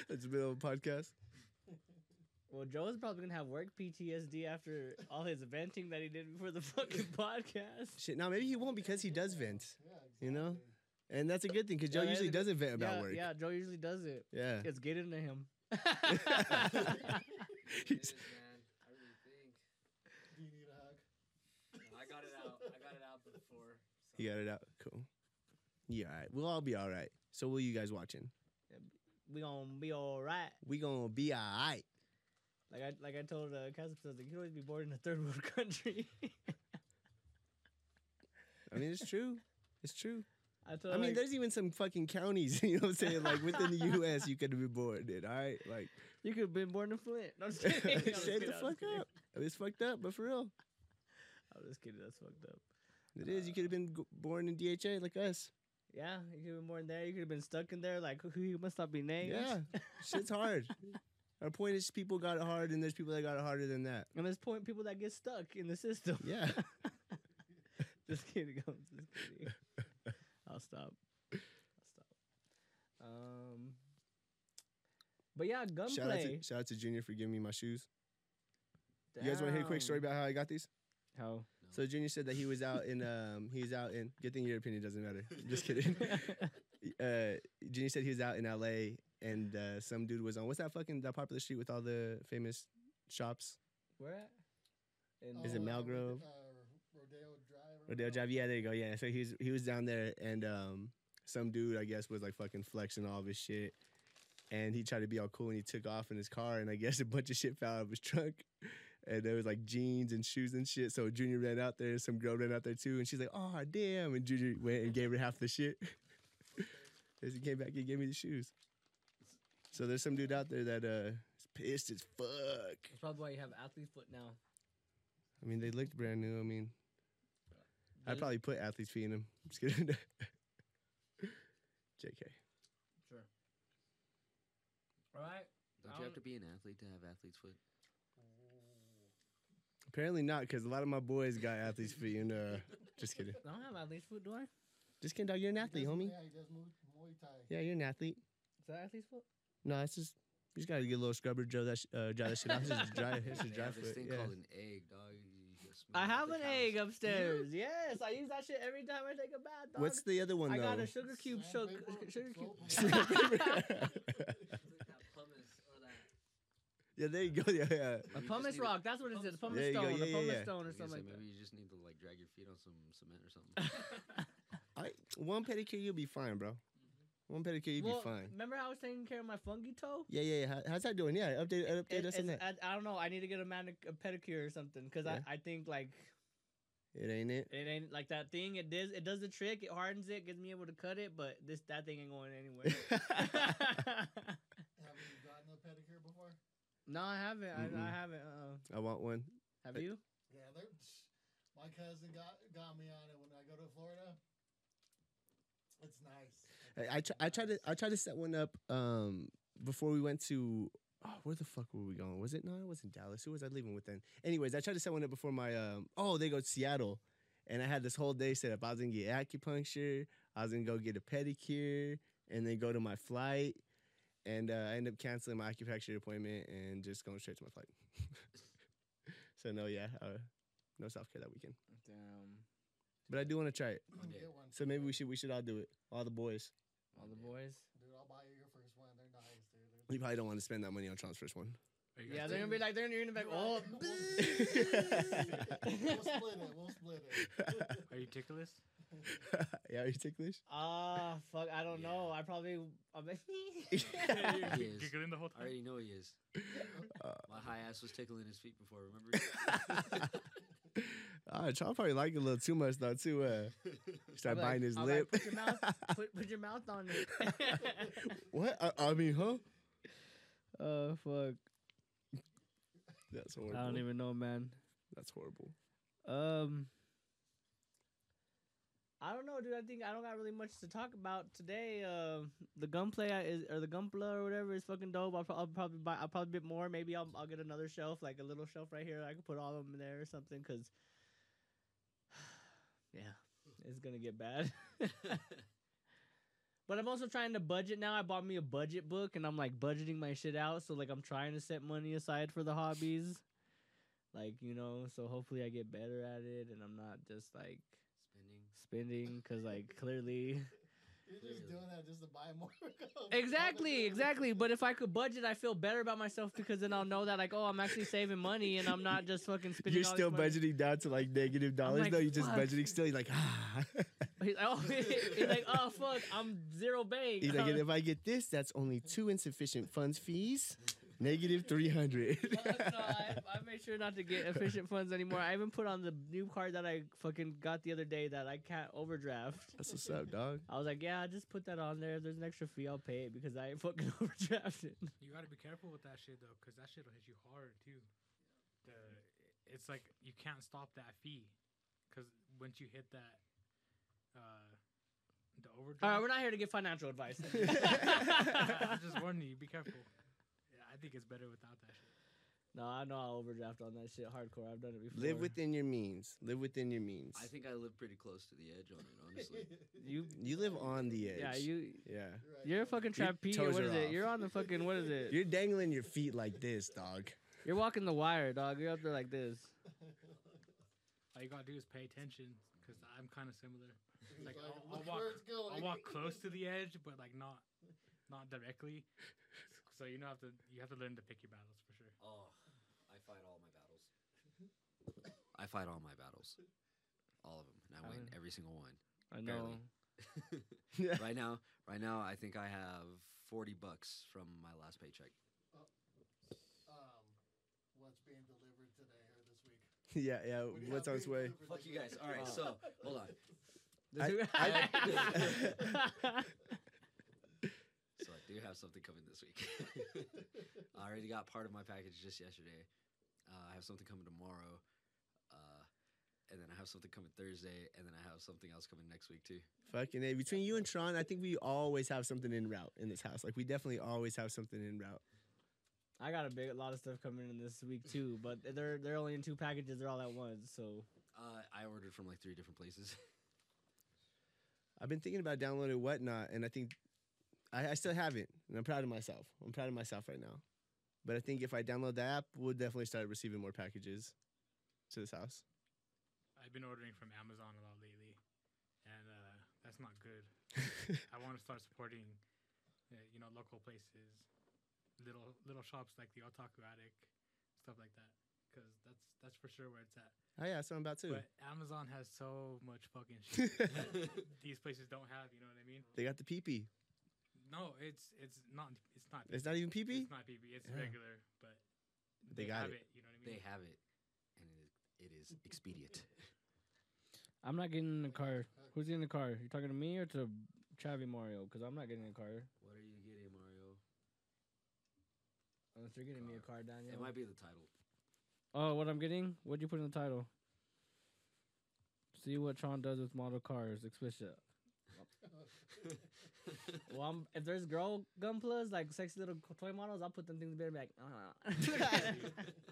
Speaker 2: that's the middle of a podcast.
Speaker 1: Well, Joe is probably gonna have work PTSD after all his venting that he did before the fucking podcast.
Speaker 2: Shit, now maybe he won't because he does vent,
Speaker 6: Yeah, exactly.
Speaker 2: you know, and that's a good thing because
Speaker 1: Yeah,
Speaker 2: Joe
Speaker 1: that is
Speaker 2: usually
Speaker 1: a good-
Speaker 2: doesn't vent about
Speaker 1: yeah,
Speaker 2: work.
Speaker 1: yeah, Joe usually does it.
Speaker 2: yeah.
Speaker 1: It's getting to him.
Speaker 7: It
Speaker 2: He's-
Speaker 7: is, man. I really think.
Speaker 6: Do you need a hug?
Speaker 7: No, I got it out. I got it out before. So.
Speaker 2: you got it out. Cool. Yeah, all right. We'll all be all right. So, will you guys watching?
Speaker 1: we gonna be all right.
Speaker 2: We gonna be all right.
Speaker 1: Like I like I told uh, Casper, I was like, you can always be born in a third world country.
Speaker 2: I mean, it's true. It's true.
Speaker 1: I told.
Speaker 2: I mean,
Speaker 1: like,
Speaker 2: there's even some fucking counties, you know what I'm saying? Like within the U.S., you could have been born in. All right, like
Speaker 1: you could have been born in Flint. No, I'm just
Speaker 2: shut
Speaker 1: kidding. I'm
Speaker 2: the
Speaker 1: just kidding, I'm
Speaker 2: fuck
Speaker 1: just kidding.
Speaker 2: up. I mean, it's fucked up, but for real,
Speaker 1: I'm just kidding. That's fucked up.
Speaker 2: it is. You could have been g- born in DHA like us.
Speaker 1: Yeah, you could have been born there. You could have been stuck in there. Like who you must not be named.
Speaker 2: Yeah, shit's hard. Our point is, people got it hard, and there's people that got it harder than that.
Speaker 1: And there's point people that get stuck in the system.
Speaker 2: Yeah.
Speaker 1: just kidding. I'm just kidding. I'll stop. I'll stop. Um. But yeah, gunplay.
Speaker 2: Shout out, to, shout out to Junior for giving me my shoes. You guys want to hear a quick story
Speaker 1: Damn.
Speaker 2: about how I got these?
Speaker 1: How?
Speaker 5: No,
Speaker 2: So Junior said that he was out in um he was out in good thing your opinion doesn't matter. I'm just kidding. uh Junior said he was out in LA and uh, some dude was on what's that fucking that popular street with all the famous shops?
Speaker 1: Where at? In
Speaker 2: Is it
Speaker 6: uh,
Speaker 1: Mount?
Speaker 2: Malgrove?
Speaker 6: Uh, Rodeo Drive. or
Speaker 2: Rodeo
Speaker 6: whatever.
Speaker 2: Drive. Yeah, there you go. Yeah. So he was he was down there and um some dude I guess was like fucking flexing all of his shit. And he tried to be all cool and he took off in his car and I guess a bunch of shit fell out of his trunk. And there was like jeans and shoes and shit. So Junior ran out there and some girl ran out there too. And she's like, oh, damn. And Junior went and gave her half the shit. As he came back, he gave me the shoes. So there's some dude out there that uh is pissed as fuck.
Speaker 1: That's probably why you have athlete foot now.
Speaker 2: I mean, they looked brand new. I mean, I'd
Speaker 1: They-
Speaker 2: probably put athlete's feet in them. Just kidding. JK.
Speaker 1: Sure. All right.
Speaker 5: Don't
Speaker 1: I
Speaker 5: you
Speaker 1: don't-
Speaker 5: have to be an athlete to have athlete's foot?
Speaker 2: Apparently not, because a lot of my boys got athlete's feet. And uh, just kidding.
Speaker 1: I don't have athlete foot, do I? Is
Speaker 2: Just kidding, dog. You're an
Speaker 6: He
Speaker 2: athlete,
Speaker 6: does-
Speaker 2: homie.
Speaker 6: Yeah, he does Mu- Muay Thai.
Speaker 2: Yeah, you're an athlete.
Speaker 1: that athlete foot?
Speaker 2: No, it's just you just gotta get a little scrubber, Joe. That sh- uh, dry that shit out. It's just dry. It's just
Speaker 5: They
Speaker 2: dry
Speaker 5: have this
Speaker 2: foot.
Speaker 5: thing
Speaker 2: Yeah.
Speaker 5: called an egg, dog. You just smell
Speaker 1: I
Speaker 5: it
Speaker 1: have
Speaker 5: the
Speaker 1: an
Speaker 5: cows.
Speaker 1: egg upstairs. Yes, I use that shit every time I take a bath. Dog.
Speaker 2: What's the other one
Speaker 1: I
Speaker 2: though?
Speaker 1: got a sugar cube. Sugar,
Speaker 6: Sandpaper,
Speaker 1: sugar
Speaker 6: soap.
Speaker 1: cube.
Speaker 7: It's like that pumice or that.
Speaker 2: yeah, there you go. Yeah, yeah.
Speaker 1: a
Speaker 5: Maybe you just
Speaker 1: pumice
Speaker 5: need to-
Speaker 1: rock. That's what it is. A pumice
Speaker 2: There you go,
Speaker 1: stone.
Speaker 2: yeah,
Speaker 1: a
Speaker 2: yeah,
Speaker 1: pumice
Speaker 2: yeah.
Speaker 5: I
Speaker 1: stone or something
Speaker 5: was gonna say,
Speaker 1: like that.
Speaker 5: maybe you just need to like drag your feet on some cement or something.
Speaker 2: I, one pedicure, you'll be fine, bro. One pedicure, you'll
Speaker 1: well,
Speaker 2: be fine.
Speaker 1: remember how I was taking care of my funky toe?
Speaker 2: Yeah, yeah. yeah. How, how's that doing? Yeah, update, update
Speaker 1: It-
Speaker 2: us on
Speaker 1: it's-
Speaker 2: that.
Speaker 1: I, I don't know. I need to get a, manic- a pedicure or something because
Speaker 2: Yeah.
Speaker 1: I, I think like
Speaker 2: it ain't it.
Speaker 1: it ain't like that thing. It does it does the trick. It hardens it, gets me able to cut it, but this that thing ain't going anywhere.
Speaker 6: Have you gotten a pedicure before?
Speaker 1: no, I haven't. I, I
Speaker 2: Mm-mm.
Speaker 1: haven't. Uh,
Speaker 2: I want one.
Speaker 1: have
Speaker 2: Uh,
Speaker 1: you?
Speaker 6: Yeah, they're, my cousin got got me on it when I go to Florida. It's nice.
Speaker 2: I I, tr- I tried to I tried to set one up um before we went to oh, where the fuck were we going? Was it no? It wasn't Dallas. Who was I leaving with then? Anyways, I tried to set one up before my um oh they go to Seattle, and I had this whole day set up. I was gonna get acupuncture. I was gonna go get a pedicure, and then go to my flight. And uh, I ended up canceling my acupuncture appointment and just going straight to my flight. so no, yeah, uh, no self care that weekend.
Speaker 1: Damn,
Speaker 2: But I do want to try it.
Speaker 6: You can get one.
Speaker 2: So maybe we should we should all do it. All the boys.
Speaker 1: all the boys.
Speaker 6: Dude, I'll buy you your first one. They're nice, dude. They're-
Speaker 2: You probably don't want to spend that money on Tron's first one.
Speaker 4: Are you guys
Speaker 1: Yeah,
Speaker 4: doing
Speaker 1: they're gonna be like they're gonna be like oh.
Speaker 6: we'll split it. We'll split it.
Speaker 4: Are you ticklish?
Speaker 2: yeah, are you ticklish?
Speaker 1: Ah, fuck! I don't
Speaker 5: Yeah.
Speaker 1: know. I probably. I'm like,
Speaker 4: You're
Speaker 5: He is.
Speaker 4: giggling the whole
Speaker 5: I
Speaker 4: time.
Speaker 5: already know he is.
Speaker 2: Uh,
Speaker 5: My high ass was tickling his feet before. Remember?
Speaker 2: Ah, Tron probably like it a little too much though. Too uh,
Speaker 1: I'm
Speaker 2: start
Speaker 1: like,
Speaker 2: biting his
Speaker 1: I'm like,
Speaker 2: lip.
Speaker 1: put your mouth. Put, put your mouth on it.
Speaker 2: what? I, I mean, huh?
Speaker 1: Oh fuck!
Speaker 2: That's horrible.
Speaker 1: I don't even know, man.
Speaker 2: That's horrible.
Speaker 1: Um, I don't know, dude. I think I don't got really much to talk about today. Uh, the gunplay I- is or the gunpla or whatever is fucking dope. I'll, pro- I'll probably buy. I'll probably bit more. Maybe I'll I'll get another shelf, like a little shelf right here. I could put all of them in there or something. Cause yeah, it's gonna get bad. But I'm also trying to budget now. I bought me a budget book and I'm like budgeting my shit out. So like I'm trying to set money aside for the hobbies. Like, you know, so hopefully I get better at it and I'm not just like
Speaker 5: Spending.
Speaker 1: spending cuz like clearly
Speaker 6: You're just doing that just to buy more. clothes.
Speaker 1: Exactly, exactly. But if I could budget, I feel better about myself because then I'll know that like, oh, I'm actually saving money and I'm not just fucking spending
Speaker 2: You're
Speaker 1: all
Speaker 2: still
Speaker 1: this money.
Speaker 2: budgeting down to like negative dollars
Speaker 1: like,
Speaker 2: though. You're just
Speaker 1: fuck.
Speaker 2: budgeting still. You're like, ah.
Speaker 1: He's like, oh, he's like, oh fuck, I'm zero bank.
Speaker 2: He's like, and if I get this, that's only two insufficient funds fees, negative three hundred.
Speaker 1: Fuck, no, I, I made sure not to get efficient funds anymore. I even put on the new card that I fucking got the other day that I can't overdraft.
Speaker 2: That's what's up, dog.
Speaker 1: I was like, yeah, I just put that on there. If there's an extra fee, I'll pay it because I ain't fucking overdrafted.
Speaker 4: You gotta be careful with that shit though, because that shit will hit you hard too. The it's like you can't stop that fee, because once you hit that, uh, the overdraft.
Speaker 1: All right, we're not here to get financial advice.
Speaker 4: I'm just warning you. Be careful. Yeah, I think it's better without that shit.
Speaker 1: no, I know I'll overdraft on that shit hardcore. I've done it before.
Speaker 2: Live within your means. Live within your means.
Speaker 5: I think I live pretty close to the edge on it, honestly.
Speaker 1: You-
Speaker 2: you live on the edge.
Speaker 1: Yeah, you.
Speaker 2: Yeah.
Speaker 6: Right,
Speaker 1: You're a
Speaker 6: right.
Speaker 1: fucking trapeze.
Speaker 2: toes
Speaker 1: What
Speaker 2: are
Speaker 1: is it?
Speaker 2: off.
Speaker 1: You're on the fucking. What is it?
Speaker 2: You're dangling your feet like this, dog.
Speaker 1: You're walking the wire, dog. You're up there like this.
Speaker 4: all you gotta do is pay attention because I'm kind of similar.
Speaker 6: He's
Speaker 4: Like, I'll- I'll
Speaker 6: "Look
Speaker 4: walk-
Speaker 6: where it's going.
Speaker 4: I'll walk close to the edge, but like not, not directly. So you know, have to you have to learn to pick your battles for sure.
Speaker 5: Oh, I fight all my battles. I fight all my battles, all of them, and I win
Speaker 2: Oh.
Speaker 1: Alright.
Speaker 5: every single one.
Speaker 1: I
Speaker 5: Barely.
Speaker 1: know.
Speaker 5: right now, right now, I think I have forty bucks from my last paycheck.
Speaker 6: Um, what's being delivered today or this week?
Speaker 2: yeah, yeah.
Speaker 6: What do you
Speaker 2: Oh, What's
Speaker 6: have
Speaker 2: on its
Speaker 6: being
Speaker 2: way?
Speaker 6: delivered
Speaker 5: Fuck
Speaker 6: this
Speaker 5: you
Speaker 6: week?
Speaker 5: guys. All right, so hold on.
Speaker 2: I- I-
Speaker 5: So I do have something coming this week. I already got part of my package just yesterday. Uh, I have something coming tomorrow, uh, and then I have something coming Thursday, and then I have something else coming next week too.
Speaker 2: Fucking A. Between you and Tron, I think we always have something in route in this house. Like, we definitely always have something in route.
Speaker 1: I got a big lot of stuff coming in this week too, but they're they're only in two packages. They're all at once, so
Speaker 5: Uh, I ordered from like three different places.
Speaker 2: I've been thinking about downloading Whatnot, and I think I, I still haven't. And I'm proud of myself. I'm proud of myself right now. But I think if I download the app, we'll definitely start receiving more packages to this house.
Speaker 4: I've been ordering from Amazon a lot lately, and uh, that's not good. I want to start supporting, uh, you know, local places, little little shops like the Otaku Attic, stuff like that, because that's that's for sure where it's at.
Speaker 2: oh, yeah, that's what I'm about to.
Speaker 4: But Amazon has so much fucking shit that these places don't have. You know what I mean?
Speaker 2: They got the pee pee.
Speaker 4: No, it's it's not it's not
Speaker 2: It's not even pee pee?
Speaker 4: It's not BB. It's
Speaker 2: Yeah.
Speaker 4: regular, but
Speaker 2: They got
Speaker 4: have
Speaker 2: it.
Speaker 4: You know what I mean?
Speaker 5: They have it, and it, it is expedient.
Speaker 1: I'm not getting in the car. Who's getting in the car? You talking to me or to Chavi Mario? Because I'm not getting in the car
Speaker 5: What are you getting, Mario?
Speaker 1: unless you're getting me a car, Daniel.
Speaker 5: It might be the title.
Speaker 1: Oh, what I'm getting? What'd you put in the title? See what Tron does with model cars. Explicit. Well, I'm, if there's girl Gunplas, like sexy little co- toy models, I'll put them things better back. Uh.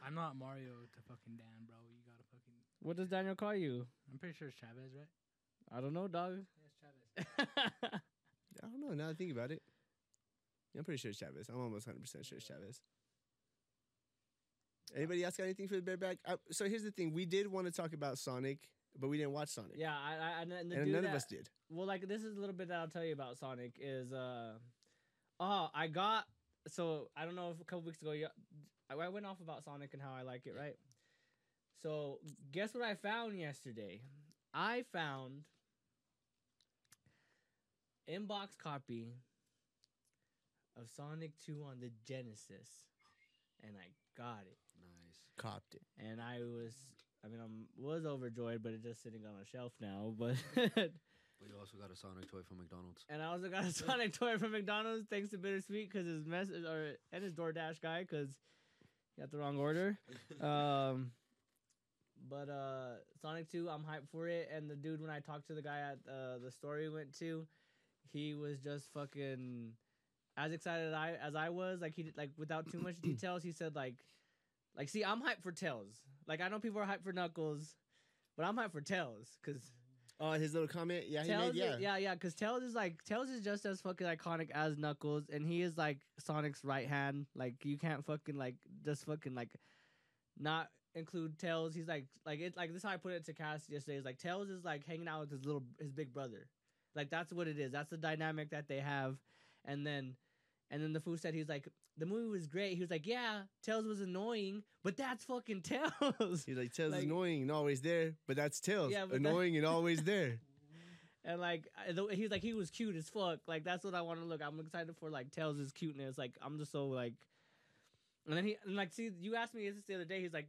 Speaker 4: I'm not Mario to fucking Dan, bro. You gotta fucking.
Speaker 1: what does Daniel call you?
Speaker 4: I'm pretty sure it's Chavez, right?
Speaker 1: I don't know, dog.
Speaker 4: Yeah, it's Chavez.
Speaker 2: I don't know. Now that I think about it, Yeah, I'm pretty sure it's Chavez. I'm almost 100 percent sure it's Chavez. Anybody else got anything for the bareback? Uh, so here's the thing: we did want to talk about Sonic, but we didn't watch Sonic.
Speaker 1: yeah, I, I, and, and, the
Speaker 2: and
Speaker 1: dude
Speaker 2: none
Speaker 1: that-
Speaker 2: of us did.
Speaker 1: well like this is a little bit that i'll tell you about sonic is uh oh i got so i don't know if a couple weeks ago you, I, I went off about sonic and how i like it right so guess what i found yesterday i found inbox copy of sonic 2 on the genesis and i got it
Speaker 5: Nice.
Speaker 2: Copped it.
Speaker 1: and I was I mean I'm was overjoyed, but it's just sitting on a shelf now. But
Speaker 5: But you also got a Sonic toy from McDonald's.
Speaker 1: and I also got a Sonic toy from McDonald's thanks to Bittersweet because his message or and his DoorDash guy because he got the wrong order. um, but uh, Sonic Two, I'm hyped for it. And the dude, when I talked to the guy at uh, the store we went to, he was just fucking as excited I as I was. Like he did, like without too much details, he said like, like see, I'm hyped for Tails. Like I know people are hyped for Knuckles, but I'm hyped for Tails because.
Speaker 2: Oh, his little comment. Yeah, he
Speaker 1: Tails,
Speaker 2: made. Yeah.
Speaker 1: is, yeah, yeah, because Tails is like Tails is just as fucking iconic as Knuckles, and he is like Sonic's right hand. Like you can't fucking like just fucking like not include Tails. He's like like it's like this is how I put it to Cass yesterday. Is like Tails is like hanging out with his little his big brother. Like that's what it is. That's the dynamic that they have, and then and then the fool said he's like the movie was great. He was like yeah, Tails was annoying, but that's fucking Tails.
Speaker 2: He's like Tails
Speaker 1: Like-
Speaker 2: is annoying and always there, but that's Tails
Speaker 1: Yeah, but that-
Speaker 2: annoying and always there.
Speaker 1: And like I- the, he was like he was cute as fuck. Like that's what I want to look. I'm excited for like Tails' cuteness. Like I'm just so like. And then he and like see you asked me this the other day. He's like,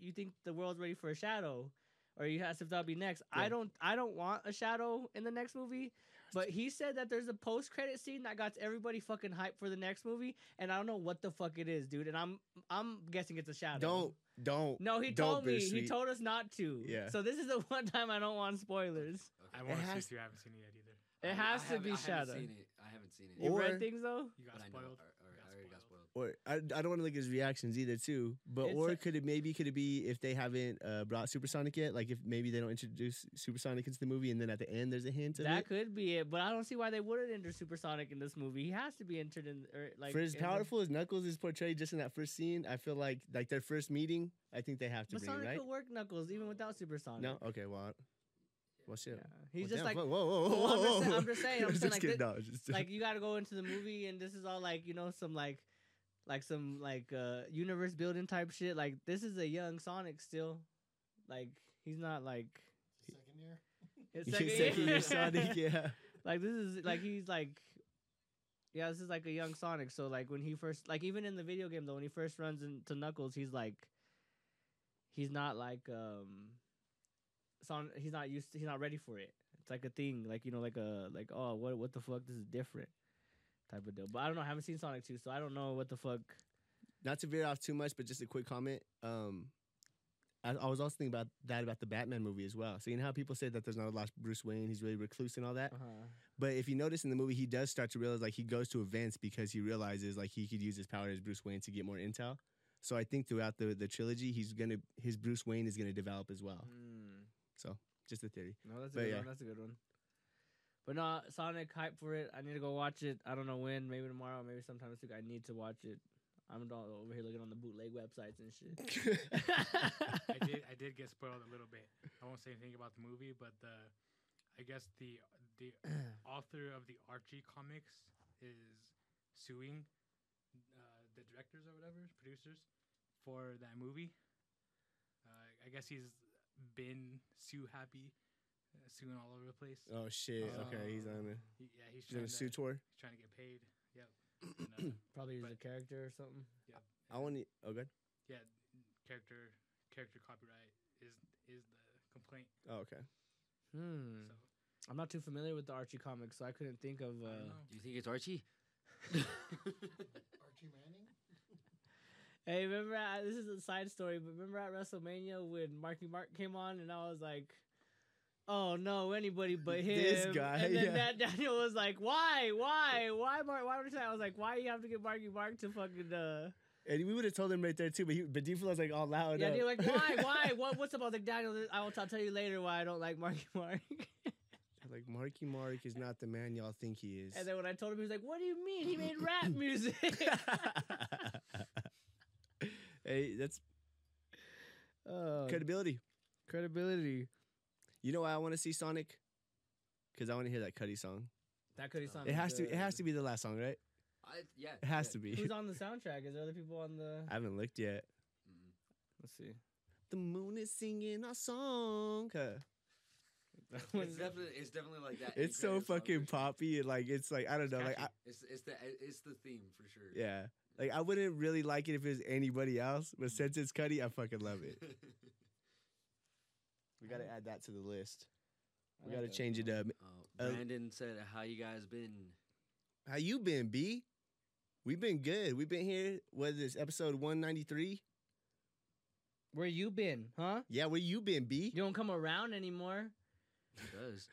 Speaker 1: you think the world's ready for a shadow, or you asked if that'll be next. I
Speaker 2: Yeah.
Speaker 1: don't. I don't want a shadow in the next movie. But he said that there's a post credit scene that got everybody fucking hyped for the next movie, and I don't know what the fuck it is, dude. And I'm I'm guessing it's a shadow.
Speaker 2: Don't, don't.
Speaker 1: No, he
Speaker 2: don't,
Speaker 1: told me. He
Speaker 2: Bittersweet.
Speaker 1: told us not to.
Speaker 2: Yeah.
Speaker 1: So this is the one time I don't want spoilers.
Speaker 4: I
Speaker 5: Okay.
Speaker 4: want to see
Speaker 2: has-
Speaker 4: if you haven't seen it yet either.
Speaker 1: It
Speaker 5: I-
Speaker 1: has
Speaker 5: I
Speaker 1: to be
Speaker 5: haven't- I
Speaker 1: Shadow.
Speaker 5: haven't seen it. I haven't seen it.
Speaker 1: You
Speaker 2: Or-
Speaker 1: read things though?
Speaker 4: You got
Speaker 5: but I know.
Speaker 4: spoiled.
Speaker 5: I, I
Speaker 4: You
Speaker 5: already got spoiled.
Speaker 2: or I, I don't want to look at his reactions either too. But
Speaker 8: It's
Speaker 2: or
Speaker 8: a-
Speaker 2: could it maybe could it be if they haven't uh, brought Supersonic yet? Like if maybe they don't introduce Supersonic into the movie, and then at the end there's a hint of
Speaker 1: that
Speaker 2: it.
Speaker 1: could be it, but I don't see why they wouldn't enter Supersonic in this movie. He has to be entered in, or like
Speaker 2: For as
Speaker 1: in the-
Speaker 2: powerful as Knuckles is portrayed just in that first scene, I feel like like their first meeting, I think they have to
Speaker 1: But
Speaker 2: bring
Speaker 1: Sonic
Speaker 2: right.
Speaker 1: could work Knuckles even without Supersonic.
Speaker 2: No, okay, well, well shit.
Speaker 1: Yeah. He's
Speaker 2: Well,
Speaker 1: just
Speaker 2: damn,
Speaker 1: like
Speaker 2: fuck, whoa, whoa, whoa,
Speaker 1: Well, I'm
Speaker 2: whoa,
Speaker 1: just saying-
Speaker 2: whoa.
Speaker 1: I'm just saying- I'm
Speaker 2: Just
Speaker 1: saying, like,
Speaker 2: kidding,
Speaker 1: thi-
Speaker 2: no, just-
Speaker 1: like you got to go into the movie and this is all like you know some like like some like uh universe building type shit like this is a young sonic still like he's not like
Speaker 6: Second year.
Speaker 1: his
Speaker 2: You
Speaker 1: second
Speaker 2: second
Speaker 1: year.
Speaker 2: year Sonic, yeah.
Speaker 1: like this is like he's like yeah this is like a young sonic so like when he first like even in the video game though when he first runs into knuckles he's like he's not like um son he's not used to he's not ready for it it's like a thing like you know like a like oh what what the fuck this is different type of deal but i don't know i haven't seen sonic 2 so i don't know what the fuck
Speaker 2: not to veer off too much, but just a quick comment. Um, I, I was also thinking about that about the Batman movie as well. So you know how people say that there's not a lot of Bruce Wayne, he's really recluse and all that. But if you notice in the movie, he does start to realize like he goes to events because he realizes like he could use his power as Bruce Wayne to get more intel. So I think throughout the the trilogy, he's gonna his Bruce Wayne is gonna develop as well.
Speaker 1: Mm-hmm.
Speaker 2: So just a theory.
Speaker 1: No, that's a
Speaker 2: But
Speaker 1: good
Speaker 2: yeah.
Speaker 1: one. That's a good one. But no, Sonic hype for it. I need to go watch it. I don't know when. Maybe tomorrow. Maybe sometime this week. I need to watch it. I'm all over here looking on the bootleg websites and shit.
Speaker 4: I did I did get spoiled a little bit. I won't say anything about the movie, but the I guess the the author of the Archie comics is suing uh, the directors or whatever producers for that movie. Uh, I guess he's been sue happy, uh, suing all over the place.
Speaker 2: Oh shit! okay, he's on a
Speaker 4: He- yeah, he's
Speaker 2: he's
Speaker 4: trying,
Speaker 2: on a
Speaker 4: to,
Speaker 2: sue tour.
Speaker 4: he's trying to get paid. Yep. And, uh,
Speaker 1: Probably use a
Speaker 4: But-
Speaker 1: character or something.
Speaker 2: I want to. Oh good.
Speaker 4: yeah, character character copyright is is the complaint.
Speaker 2: Oh okay. Mm.
Speaker 1: Hmm.
Speaker 4: So
Speaker 1: I'm not too familiar with the Archie comics, so I couldn't think of.
Speaker 4: I don't
Speaker 1: Uh...
Speaker 4: know.
Speaker 5: Do you think it's Archie?
Speaker 6: Archie Manning.
Speaker 1: Hey, remember I, this is a side story, but remember at WrestleMania when Marky Mark came on and I was like. Oh no! Anybody but him.
Speaker 2: This guy,
Speaker 1: And then
Speaker 2: yeah.
Speaker 1: Matt Daniel was like, "Why? Why? Why? Mark? Why?" would you say-" I was like, "Why do you have to get Marky Mark to fucking uh,
Speaker 2: And we would have told him right there too, but he, but D was like all loud.
Speaker 1: Yeah,
Speaker 2: up.
Speaker 1: dude, like why, why, what, what's up? I was like, Daniel, th- I will t- I'll tell you later why I don't like Marky Mark.
Speaker 2: Like Marky Mark is not the man y'all think he is.
Speaker 1: and then when I told him, he was like, "What do you mean? He made rap music."
Speaker 2: hey, that's Uh,
Speaker 1: oh,
Speaker 2: credibility.
Speaker 1: credibility.
Speaker 2: You know why I want to see Sonic? Because I want to hear that Cuddy song.
Speaker 1: That could be
Speaker 5: It
Speaker 1: something.
Speaker 2: It has to. It has to be the last song, right?
Speaker 5: I, yeah.
Speaker 2: It has to be.
Speaker 1: Who's on the soundtrack? Is there other people on the?
Speaker 2: I haven't looked yet.
Speaker 5: Mm.
Speaker 1: Let's see.
Speaker 2: The moon is singing our song. Huh.
Speaker 5: It's definitely, it's definitely like that.
Speaker 2: It's so
Speaker 5: Incredible song
Speaker 2: fucking
Speaker 5: for sure.
Speaker 2: poppy. and, Like it's like I don't
Speaker 4: It's
Speaker 2: know. Like I,
Speaker 4: catchy.
Speaker 5: It's it's the it's the theme for sure.
Speaker 2: yeah. Like I wouldn't really like it if it was anybody else,
Speaker 5: Mm.
Speaker 2: but since it's Cuddy, I fucking love it. Uh, We gotta add that to the list. We gotta change it up.
Speaker 5: Oh,
Speaker 2: Uh,
Speaker 5: Brandon said, "How you guys been?"
Speaker 2: How you been, B? We've been good. We've been here. What is this episode one ninety three?
Speaker 1: Where you been, huh?
Speaker 2: Yeah, where you been, B?
Speaker 1: You don't come around anymore.
Speaker 5: Does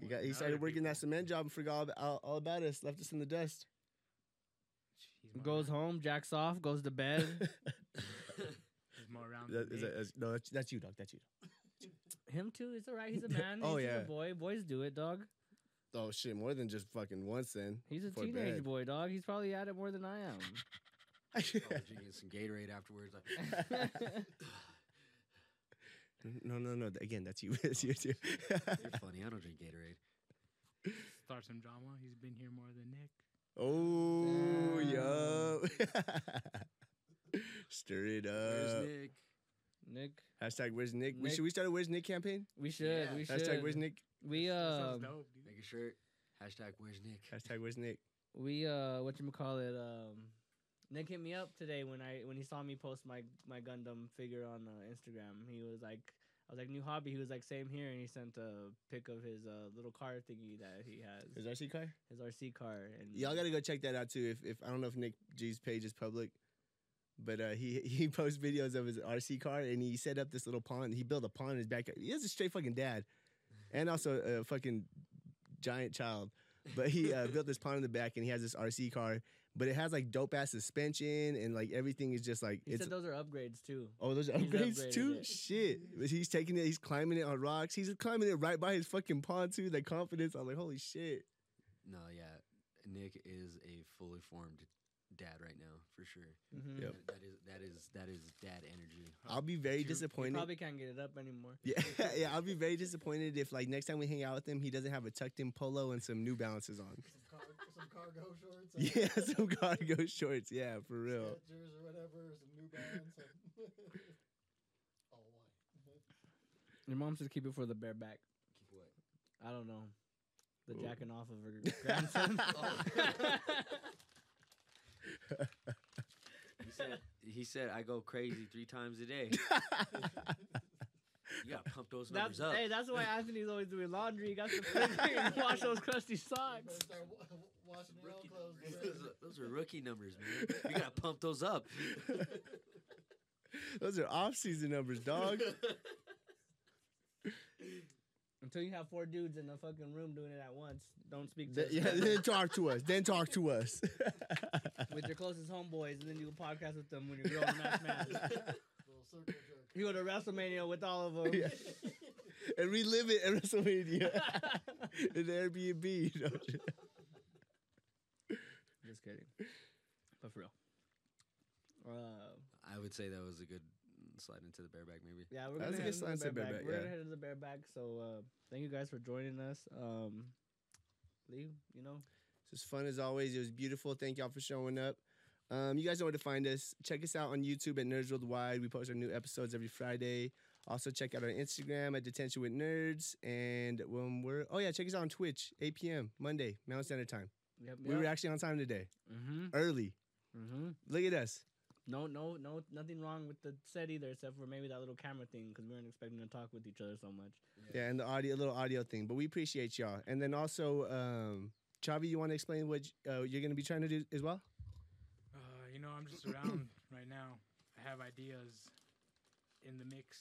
Speaker 2: He
Speaker 4: More
Speaker 2: got.
Speaker 4: than
Speaker 2: He
Speaker 4: other
Speaker 2: started working that
Speaker 4: people.
Speaker 2: cement job and forgot all, ab- all, all about us. Left us in the dust.
Speaker 4: He's more
Speaker 1: Goes
Speaker 4: around-
Speaker 1: home, jacks off, goes to bed.
Speaker 4: He's more around.
Speaker 2: That-
Speaker 4: than me.
Speaker 2: is that- that's- no, that's, that's you, dog. That's you.
Speaker 1: Him too. It's all right. He's a man.
Speaker 2: Oh,
Speaker 1: He's just
Speaker 2: yeah.
Speaker 1: a boy. Boys do it, dog.
Speaker 2: Oh shit! More than just fucking once. Then
Speaker 1: He's a
Speaker 2: Before
Speaker 1: teenage
Speaker 2: bed.
Speaker 1: boy, dog. He's probably at it more than I am.
Speaker 2: Oh,
Speaker 5: probably drinking some Gatorade afterwards. Like,
Speaker 2: no, no, no. th- Again, that's you. That's you too.
Speaker 5: You're funny. I don't drink Gatorade.
Speaker 4: Start some drama. He's been here more than Nick.
Speaker 2: oh, yo. Stir it
Speaker 5: Where's
Speaker 2: up.
Speaker 5: Nick?
Speaker 1: Nick,
Speaker 2: Hashtag where's Nick? We
Speaker 1: Nick-
Speaker 2: should we start a where's Nick campaign?
Speaker 1: we should.
Speaker 5: Yeah.
Speaker 1: We should.
Speaker 2: Hashtag where's Nick?
Speaker 1: We
Speaker 4: That sounds
Speaker 1: um,
Speaker 4: dope, dude.
Speaker 5: Make a shirt. Hashtag Where's Nick?
Speaker 2: Hashtag where's Nick?
Speaker 1: we uh, what you call it? Um, Nick hit me up today when I when he saw me post my my Gundam figure on uh, Instagram. He was like, I was like, new hobby. He was like, same here, and he sent a pic of his uh little car thingy that he
Speaker 2: Is
Speaker 1: has,
Speaker 2: that she car?
Speaker 1: his RC car. And
Speaker 2: Y'all gotta go check that out too. If, if I don't know if Nick G's page is public, but uh, he he posts videos of his RC car and he set up this little pond. He built a pond in his backyard. He is a straight fucking dad, and also a fucking giant child. But he uh, built this pond in the back and he has this RC car. but it has like dope ass suspension and like everything is just like
Speaker 1: He
Speaker 2: it's
Speaker 1: said those are upgrades too.
Speaker 2: Oh, those are
Speaker 1: He's
Speaker 2: upgrades
Speaker 1: upgraded
Speaker 2: too?
Speaker 1: it.
Speaker 2: Shit. But He's taking it, he's climbing it on rocks. He's climbing it right by his fucking pond too. The confidence. I'm like, holy shit.
Speaker 5: No, yeah, Nick is a fully formed dad right now for sure.
Speaker 1: Mhm.
Speaker 2: Yep.
Speaker 5: That- That is that is that is dad energy.
Speaker 2: I'll be very
Speaker 4: Dude, he
Speaker 1: He
Speaker 2: disappointed.
Speaker 1: probably can't get it up anymore.
Speaker 2: yeah, yeah, I'll be very disappointed if like next time we hang out with him, he doesn't have a tucked in polo and some new balances on.
Speaker 6: Some, car- some cargo shorts. and
Speaker 2: Yeah, some cargo shorts. Yeah, for real.
Speaker 6: Skechers or whatever, some New Balance. and- All white.
Speaker 1: Your mom said keep it for the bareback.
Speaker 5: Keep what?
Speaker 1: I don't know. The
Speaker 2: Ooh. Oh.
Speaker 1: jacking off of her grandson.
Speaker 5: He said he said I go crazy three times a day. You gotta pump those numbers
Speaker 1: that's,
Speaker 5: up.
Speaker 1: hey, that's why Anthony's always doing laundry. He got to and wash those crusty
Speaker 6: You
Speaker 1: socks.
Speaker 6: better start wa- wa- washing your own
Speaker 5: Rookie
Speaker 6: clothes.
Speaker 5: numbers.
Speaker 6: brother.
Speaker 5: those, are, those are rookie numbers, man. You gotta pump those up.
Speaker 2: Those are off season numbers, dog.
Speaker 1: Until you have four dudes in the fucking room doing it at once, don't speak to
Speaker 2: Th-
Speaker 1: us.
Speaker 2: yeah, then talk to us. Then talk to us.
Speaker 1: with your closest homeboys, and then you podcast with them when you're growing up. Man,
Speaker 6: Little circle jerk.
Speaker 1: you go to WrestleMania with all of them.
Speaker 2: Yeah. and relive it at WrestleMania. in Airbnb, you know.
Speaker 1: Just kidding, but for real. Uh,
Speaker 5: I would say that was a good slide into the bareback, maybe.
Speaker 1: yeah, we're
Speaker 2: That
Speaker 1: gonna head
Speaker 2: was a good
Speaker 1: into
Speaker 2: sign,
Speaker 1: the
Speaker 2: said
Speaker 1: bareback.
Speaker 2: bareback,
Speaker 1: We're
Speaker 2: yeah.
Speaker 1: gonna head to the bareback. So uh, thank you guys for joining us. Um, Lee, you know,
Speaker 2: It was fun as always. It was beautiful. Thank y'all for showing up. Um, you guys know where to find us. Check us out on YouTube at Nerds Worldwide. We post our new episodes every Friday. Also, check out our Instagram at Detention with Nerds. And when we're, oh yeah, check us out on Twitch, 8 p.m. Monday, Mountain Standard Time.
Speaker 1: yep,
Speaker 2: We were actually on time today,
Speaker 1: mm-hmm,
Speaker 2: early.
Speaker 1: mm-hmm.
Speaker 2: Look at us.
Speaker 1: No, no, no, nothing wrong with the set either, except for maybe that little camera thing because we weren't expecting to talk with each other so much.
Speaker 2: Yeah, and the audio, little audio thing. But we appreciate y'all. And then also, um, Chavi, you want to explain what uh, you're going to be trying to do as well?
Speaker 4: Uh, you know, I'm just around right now. I have ideas in the mix.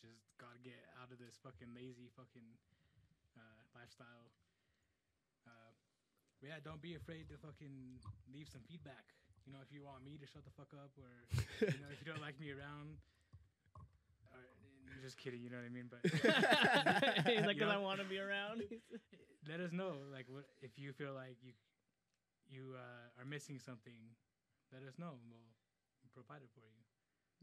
Speaker 4: Just gotta get out of this fucking lazy fucking uh, lifestyle. Uh, but yeah, don't be afraid to fucking leave some feedback. You know, if you want me to shut the fuck up, or you know, if you don't like me around. Or, I'm just kidding, you know what I mean? But
Speaker 1: He's like,
Speaker 4: You
Speaker 1: because I
Speaker 4: know?
Speaker 1: want to be around.
Speaker 4: let us know like what if you feel like you you uh, are missing something let us know and we'll provide it for you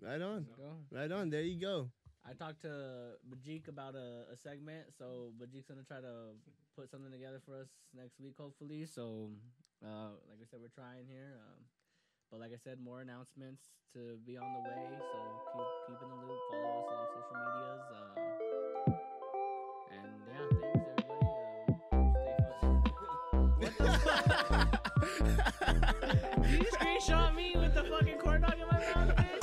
Speaker 2: Right on.
Speaker 4: So-
Speaker 2: Right on. There you go.
Speaker 1: I talked to Bajik about a, a segment, so Bajik's gonna try to put something together for us next week, hopefully. So, uh, like I said, we're trying here, um, but like I said, more announcements to be on the way. So keep keep in the loop, follow us on social medias, um, and yeah, thanks everybody. Um, stay focused.
Speaker 2: What the fuck?
Speaker 1: Did you screenshot me with the fucking corn dog in my mouth, bitch?